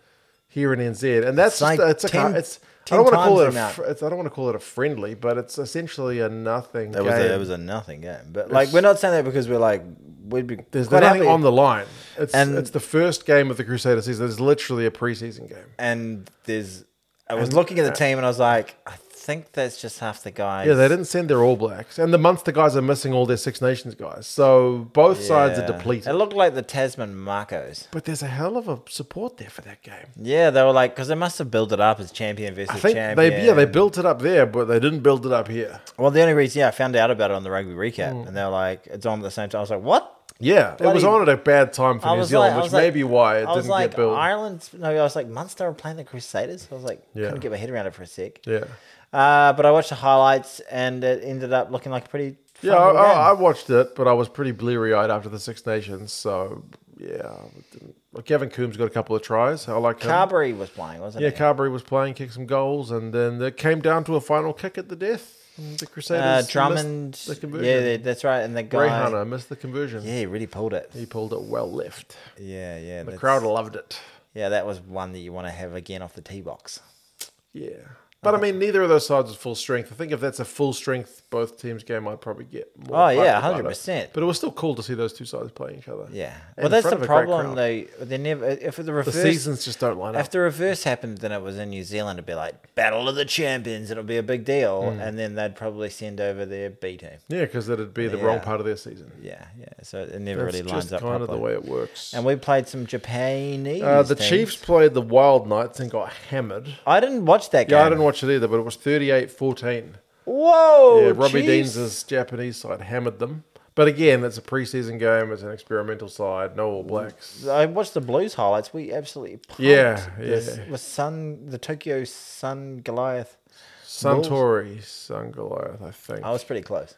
S1: here in NZ. And that's
S2: It's
S1: just,
S2: like
S1: it's a
S2: 10
S1: it's I
S2: 10
S1: don't want to call it
S2: times the
S1: a
S2: amount.
S1: fr- it's, I don't want to call it a friendly, but it's essentially a nothing
S2: That
S1: game.
S2: was a, that was a nothing game, but like we're not saying that because we're like we'd be
S1: There's
S2: quite
S1: nothing
S2: happy.
S1: on the line. It's
S2: And-
S1: it's the first game of the Crusader season. It's literally a preseason game.
S2: and there's. I was looking at the team and I was like, I think that's just half the guys.
S1: uh, Yeah, they didn't send their All Blacks, and the Munster guys are missing all their Six Nations guys. So both sides are
S2: Yeah.
S1: depleted.
S2: It looked like the Tasman Marcos.
S1: But there's a hell of a support there for that game.
S2: Yeah, they were like because they must have built it up as champion versus
S1: I think
S2: champion.
S1: they yeah they built it up there, but they didn't build it up here.
S2: Well, the only reason, yeah, I found out about it on the rugby recap,
S1: Hmm.
S2: and they were like, it's on at the same time. I was like, what?
S1: Yeah, it was on at
S2: Bloody-
S1: a bad time for
S2: I
S1: New
S2: was
S1: Zealand,
S2: I
S1: which
S2: was
S1: may be why it
S2: I was
S1: didn't
S2: like,
S1: get built.
S2: Ireland, no, I was like, Munster were playing the Crusaders. I was like,
S1: Yeah.
S2: couldn't get my head around it for a sec.
S1: yeah,
S2: Uh, but I watched the highlights, and it ended up looking like a pretty. Fun
S1: yeah, I,
S2: little
S1: I, I
S2: game.
S1: watched it, but I was pretty bleary eyed after the Six Nations. So yeah, I didn't- well, Gavin Coombs got a couple of tries. I like him.
S2: Carberry was playing, wasn't
S1: yeah,
S2: it?
S1: Carberry was playing, kicked some goals, and then it came down to a final kick at the death. and The
S2: uh,
S1: Crusaders
S2: Drummond.
S1: missed the
S2: yeah,
S1: conversion.
S2: they- that's right. And the
S1: Ray
S2: guy.
S1: Hunter missed the conversion.
S2: Yeah, he really pulled it.
S1: He pulled it well left.
S2: Yeah, yeah.
S1: The
S2: that's-
S1: crowd loved it.
S2: Yeah, that was one that you want to have again off the tee box.
S1: Yeah. But I mean, neither of those sides is full strength. I think if that's a full strength both teams game, I'd probably get more.
S2: Oh,
S1: hyped
S2: yeah,
S1: about it.
S2: 100%.
S1: But it was still cool to see those two sides play each other.
S2: Yeah.
S1: in
S2: well, that's
S1: front of
S2: the
S1: a great
S2: problem
S1: crowd.
S2: though. They never uh, if the
S1: The
S2: reverse
S1: seasons just don't line up.
S2: if the reverse happened, then it was in New Zealand. It'd be like Battle of the Champions. It'll be a big deal,
S1: Hmm.
S2: and then they'd probably send over their B team.
S1: yeah, because that'd be the wrong
S2: Yeah.
S1: part of their season.
S2: Yeah, yeah. So it never
S1: That's
S2: really
S1: just
S2: lines up
S1: kind
S2: properly.
S1: of the way it works.
S2: And we played some Japanese.
S1: uh, the
S2: teams.
S1: Chiefs played the Wild Knights and got hammered.
S2: I didn't watch that game.
S1: Yeah, I didn't watch it either, but it was 38 14.
S2: Whoa!
S1: Yeah, Robbie
S2: Chiefs.
S1: Deans' Japanese side hammered them. But again, it's a preseason game, it's an experimental side, no All Blacks.
S2: I watched the Blues highlights. We absolutely pumped.
S1: Yeah,
S2: this-
S1: yeah.
S2: With Sun, the Tokyo Sun Goliath.
S1: Suntory, Sungoliath, I think.
S2: I was pretty close.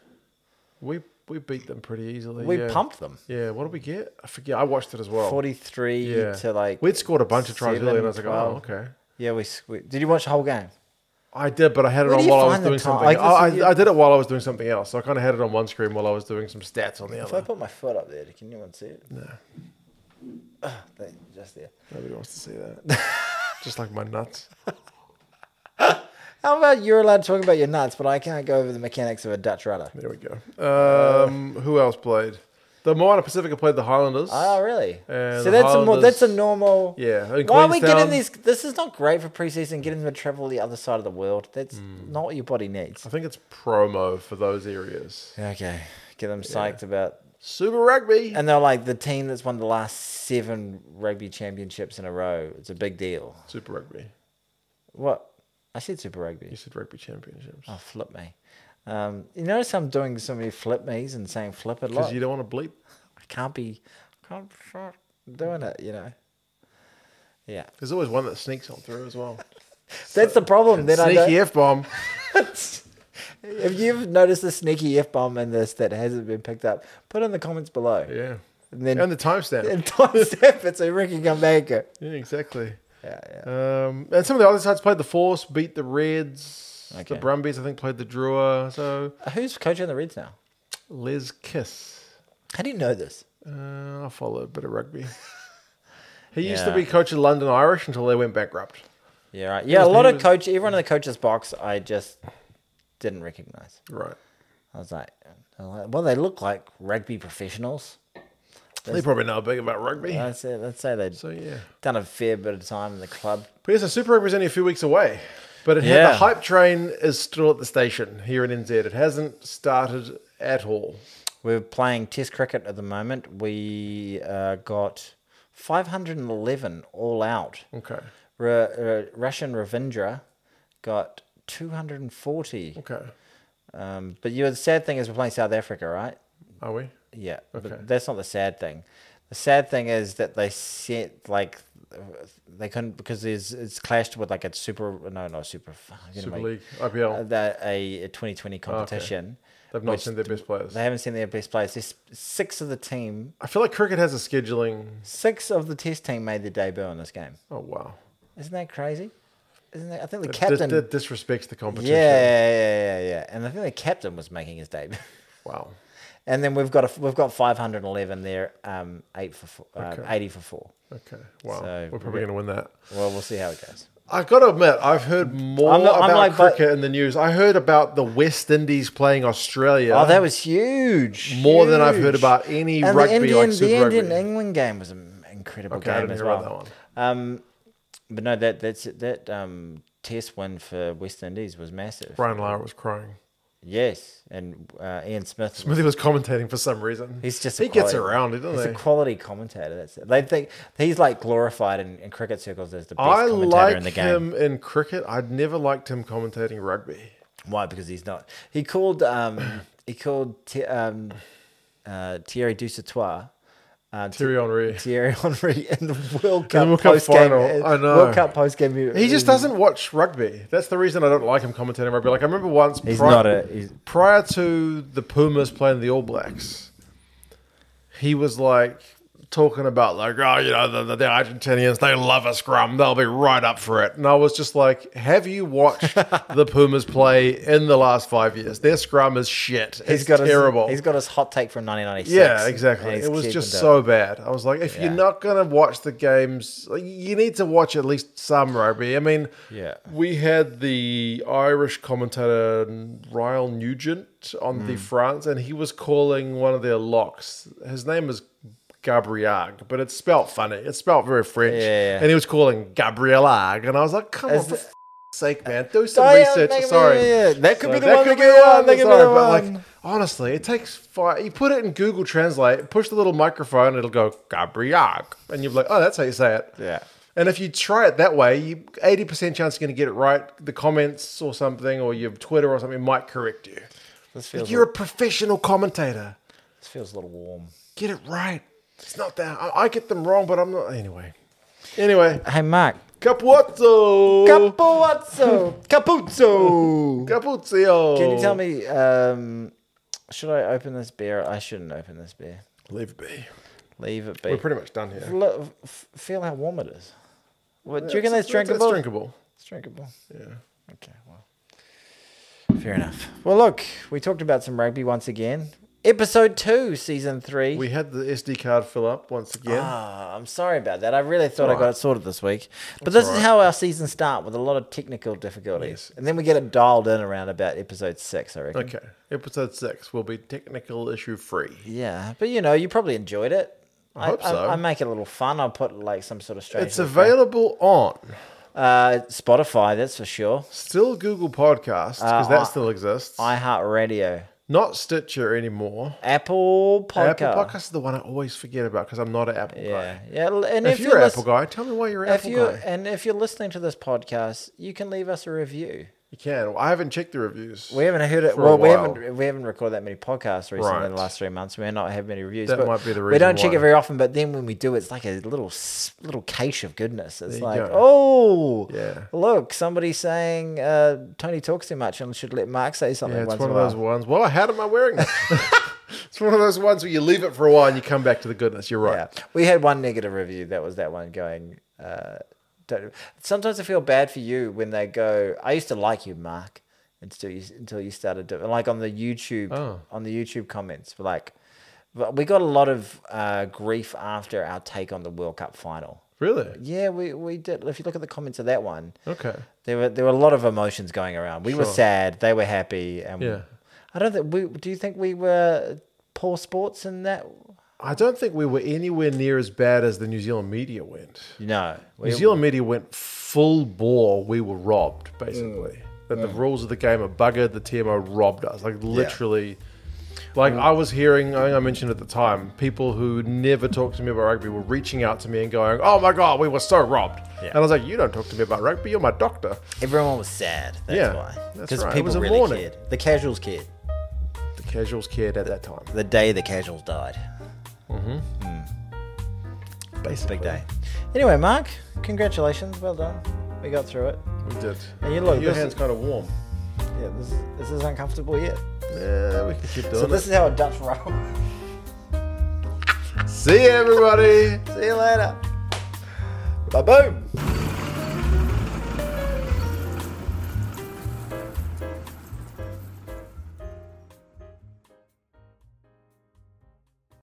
S1: We we beat them pretty easily.
S2: We
S1: yeah.
S2: pumped them.
S1: Yeah, what did we get? I forget. I watched it as well.
S2: 43
S1: yeah.
S2: to like
S1: We'd scored a bunch of tries
S2: seven,
S1: early, and I was like,
S2: 12.
S1: oh, okay.
S2: yeah we, we did you watch the whole game
S1: I did, but I had it
S2: Where do
S1: on
S2: you
S1: while I was
S2: find the
S1: doing
S2: time?
S1: something.
S2: Like, this
S1: I,
S2: is-
S1: I, I did it while I was doing something else. So I kind of had it on one screen while I was doing some stats on the
S2: if i
S1: other.
S2: put my foot up there can anyone see it no just there
S1: Nobody wants to see that. Just like my nuts.
S2: how about you're allowed to talk about your nuts but i can't go over the mechanics of a dutch rudder
S1: There we go. Um, who else played? The Moana Pacifica played the Highlanders.
S2: oh really
S1: Uh, the
S2: so that's a more
S1: Highlanders-
S2: that's a normal
S1: yeah. in
S2: why are we
S1: Queenstown.
S2: getting these this is not great for preseason getting them to travel the other side of the world that's
S1: Hmm.
S2: not what your body needs
S1: I think it's promo for those areas.
S2: okay get them psyched about
S1: Super Rugby.
S2: and they're like the team that's won the last seven rugby championships in a row it's a big deal
S1: Super Rugby.
S2: What? I said Super
S1: You
S2: Rugby.
S1: said Rugby Championships.
S2: Oh, flip me. Um, you notice I'm doing so many flip me's and saying flip a
S1: Because
S2: lot.
S1: you don't want to bleep.
S2: I can't be, I can't be fuck doing it. You know. Yeah,
S1: There's always one that sneaks on through as well.
S2: that's the problem. Then I
S1: Sneaky
S2: don't,
S1: F bomb.
S2: if you've noticed the sneaky f bomb in this that hasn't been picked up, put it in the comments below.
S1: Yeah.
S2: And then
S1: And the timestamp.
S2: and timestamp it so Ricky can make it.
S1: Yeah, exactly.
S2: Yeah, yeah.
S1: Um, and some of the other sides played the Force, beat the Reds. The
S2: Okay.
S1: Brumbies, I think, played the Drua. So
S2: Who's coaching the Reds now?
S1: Les Kiss.
S2: How do you know this?
S1: Uh, I follow a bit of rugby. He used to
S2: Yeah.
S1: be coach of London Irish until they went bankrupt.
S2: Yeah, right. Yeah, a
S1: was-
S2: lot
S1: he
S2: of
S1: was-
S2: coach, everyone in the coaches box, I just didn't recognize.
S1: Right.
S2: I was like, I was like, well, they look like rugby professionals.
S1: They probably know a bit about rugby.
S2: I'd say, let's say they've
S1: So yeah.
S2: done a fair bit of time in the club.
S1: But yes, the Super Rugby is only a few weeks away. But it
S2: Yeah.
S1: the hype train is still at the station here in NZ. It hasn't started at all.
S2: We're playing Test cricket at the moment. We uh, got 511 all out.
S1: Okay.
S2: Ru- uh, Russian Ravindra got 240.
S1: Okay.
S2: Um, but you know, the sad thing is we're playing South Africa, right?
S1: Are we?
S2: Yeah,
S1: Okay.
S2: but that's not the sad thing. The sad thing is that they sent like they couldn't because there's it's clashed with like a super no no super
S1: Super League, IPL.
S2: that a, a 2020 competition.
S1: They've not
S2: which
S1: sent their
S2: th-
S1: best players.
S2: They haven't seen their best players. There's six of the team,
S1: I feel like cricket has a scheduling.
S2: six of the test team made their debut in this game.
S1: Oh wow.
S2: Isn't that crazy? Isn't that, I think the
S1: That-
S2: captain.
S1: That, that disrespects the competition.
S2: yeah, yeah, yeah, yeah, yeah. And I think the captain was making his debut.
S1: Wow.
S2: And then we've got a, we've got 511 there, um, eight for four, um,
S1: Okay.
S2: 80 for four.
S1: Okay. Wow.
S2: So,
S1: We're probably going to win that.
S2: Well, we'll see how it goes.
S1: I've got to admit, I've heard more
S2: I'm not- I'm
S1: about
S2: like, but-
S1: cricket in the news. I heard about the West Indies playing Australia
S2: Oh, that was huge.
S1: more than I've heard
S2: huge.
S1: about any
S2: And
S1: rugby
S2: the Indian,
S1: like Super
S2: the Indian
S1: Rugby.
S2: England game was an incredible
S1: Okay, I
S2: game
S1: didn't
S2: as
S1: hear
S2: well.
S1: about
S2: Um, but no, that that's that um test win for West Indies was massive.
S1: Brian Lara was crying.
S2: Yes, and uh, Ian Smith.
S1: Smithy was commentating for some reason.
S2: He's just a
S1: he gets
S2: quality-
S1: around, doesn't
S2: He's
S1: he?
S2: a quality commentator. That's it. They think he's like glorified in, in cricket circles as the best
S1: I
S2: commentator
S1: like
S2: in the game.
S1: him in cricket. I'd never liked him commentating rugby.
S2: Why? Because he's not. He called. Um, he called T- um, uh, Thierry Dusatois. Uh, T-
S1: Thierry Henry.
S2: Thierry Henry in the World Cup,
S1: World Cup
S2: post-game- uh,
S1: final, I know.
S2: World Cup post game.
S1: He just doesn't watch rugby. That's the reason I don't like him commentating rugby. Like I remember once
S2: He's
S1: pri-
S2: not a. He's,
S1: prior to the Pumas playing the All Blacks, he was like talking about like, oh, you know, the, the, the Argentinians, they love a scrum. They'll be right up for it. And I was just like, have you watched the Pumas play in the last five years? Their scrum is shit. It's
S2: he's got
S1: terrible.
S2: His, he's got his hot take from 1996.
S1: yeah, exactly.
S2: and he's
S1: It was
S2: keeping
S1: just
S2: it.
S1: so bad. I was like, if
S2: Yeah.
S1: you're not going to watch the games, like, you need to watch at least some rugby. I mean,
S2: Yeah.
S1: we had the Irish commentator Ryle Nugent on the
S2: Hmm.
S1: France, and he was calling one of their locks. His name is Gabriag, but it's spelt funny. It's spelt very French.
S2: Yeah.
S1: And he was calling Gabrielag, and I was like, come
S2: Is
S1: on, for
S2: it-
S1: f- sake, man, do some
S2: Oh, yeah,
S1: research.
S2: make-
S1: Sorry.
S2: yeah, yeah. That could
S1: So
S2: be the
S1: that
S2: one.
S1: could
S2: That
S1: be the one.
S2: That could be
S1: Sorry,
S2: the
S1: but
S2: one.
S1: like, honestly, it takes five. You put it in Google Translate, push the little microphone, it'll go Gabriak, and you're like, oh, that's how you say it.
S2: Yeah.
S1: And if you try it that way, you eighty percent chance you're going to get it right. The comments or something, or your Twitter or something might correct you.
S2: This feels,
S1: You're a professional commentator.
S2: this feels a little warm.
S1: Get it right. It's not that I, I get them wrong, but I'm not anyway. Anyway,
S2: Hey, Mark.
S1: Capuazzo.
S2: Capuzzo. Capuzzo.
S1: Capuzzo.
S2: Can you tell me? Um, should I open this beer? I shouldn't open this beer.
S1: Leave it be.
S2: Leave it be.
S1: We're pretty much done here.
S2: Look, f- feel how warm it is. What, do you reckon
S1: It's-
S2: that's
S1: it's-
S2: drinkable?
S1: It's drinkable.
S2: It's drinkable.
S1: Yeah.
S2: Okay, well, fair enough. Well, look, we talked about some rugby once again. Episode two, season three.
S1: We had the SD card fill up once again.
S2: Ah, I'm sorry about that. I really thought I
S1: all
S2: got
S1: right.
S2: it sorted this week, but this is how our seasons start with a lot of technical difficulties,
S1: Yes.
S2: and then we get it dialed in around about episode six, I reckon.
S1: Okay. Episode six will be technical issue free.
S2: Yeah, but you know, you probably enjoyed it. I,
S1: hope so.
S2: I, I make it a little fun. I'll put like some sort of strange.
S1: It's
S2: little-
S1: available on
S2: uh, Spotify, that's for sure.
S1: still Google Podcasts because
S2: Uh, I-
S1: that still exists.
S2: iHeartRadio,
S1: Not Stitcher anymore.
S2: Apple Podcast.
S1: Apple Podcast is the one I always forget about because I'm not an Apple
S2: Yeah,
S1: guy.
S2: yeah. l- And
S1: If,
S2: if,
S1: you're, an
S2: lis-
S1: Apple guy, tell me why you're an
S2: if
S1: Apple
S2: you
S1: guy.
S2: and if you're listening to this podcast, you can leave us a review.
S1: You can. I haven't checked the reviews.
S2: We haven't heard it.
S1: For a
S2: Well, we
S1: while.
S2: haven't we haven't recorded that many podcasts recently in the
S1: Right.
S2: last three months. We have not had many reviews.
S1: That
S2: but
S1: might be the
S2: We don't
S1: reason
S2: check it
S1: why.
S2: very often, but then when we do, it's like a little s- little cache of goodness. It's
S1: you
S2: like,
S1: go.
S2: oh,
S1: Yeah.
S2: look, somebody's saying uh, Tony talks too much and should let Mark say something.
S1: yeah, it's
S2: once
S1: one
S2: in
S1: of
S2: a
S1: those
S2: while.
S1: ones. Well, how am I wearing it? it's one of those ones where you leave it for a while and you come back to the goodness. You're right.
S2: Yeah, we had one negative review. That was that one going. Uh, don't, sometimes I feel bad for you when they go. I used to like you, Mark, until you until you started doing like on the YouTube
S1: Oh.
S2: on the YouTube comments, like But we got a lot of uh, grief after our take on the World Cup final.
S1: Really?
S2: Yeah, we, we did. If you look at the comments of that one,
S1: Okay.
S2: there were there were a lot of emotions going around. We were
S1: Oh. Sure.
S2: sad, they were happy, and
S1: Yeah.
S2: I don't think we. Do you think we were poor sports in that?
S1: I don't think we were anywhere near as bad as the New Zealand media went.
S2: No,
S1: New
S2: we,
S1: Zealand media went full bore. We were robbed, basically. That the rules of the game are buggered. The TMO robbed us. Like literally. Like I was hearing, I think I mentioned at the time, people who never talked to me about rugby were reaching out to me and going, "Oh my god, we were so robbed."
S2: Yeah.
S1: And I was like, "You don't talk to me about rugby. You're my doctor."
S2: everyone was sad. That's
S1: Yeah,
S2: why.
S1: that's
S2: Because
S1: right. It
S2: people
S1: was a
S2: really
S1: warning.
S2: cared. The casuals cared.
S1: The casuals cared at that time.
S2: The day the casuals died.
S1: Mm-hmm.
S2: Mm.
S1: Basically,
S2: Big day. Anyway, Mark, congratulations. Well done. We got through it.
S1: we did.
S2: And you look,
S1: your
S2: this
S1: hands
S2: is-
S1: kind of warm.
S2: Yeah, this this is uncomfortable yet.
S1: Yeah, we can keep doing
S2: So this
S1: it.
S2: is how a Dutch roll.
S1: See you, everybody.
S2: See you later. Ba boom.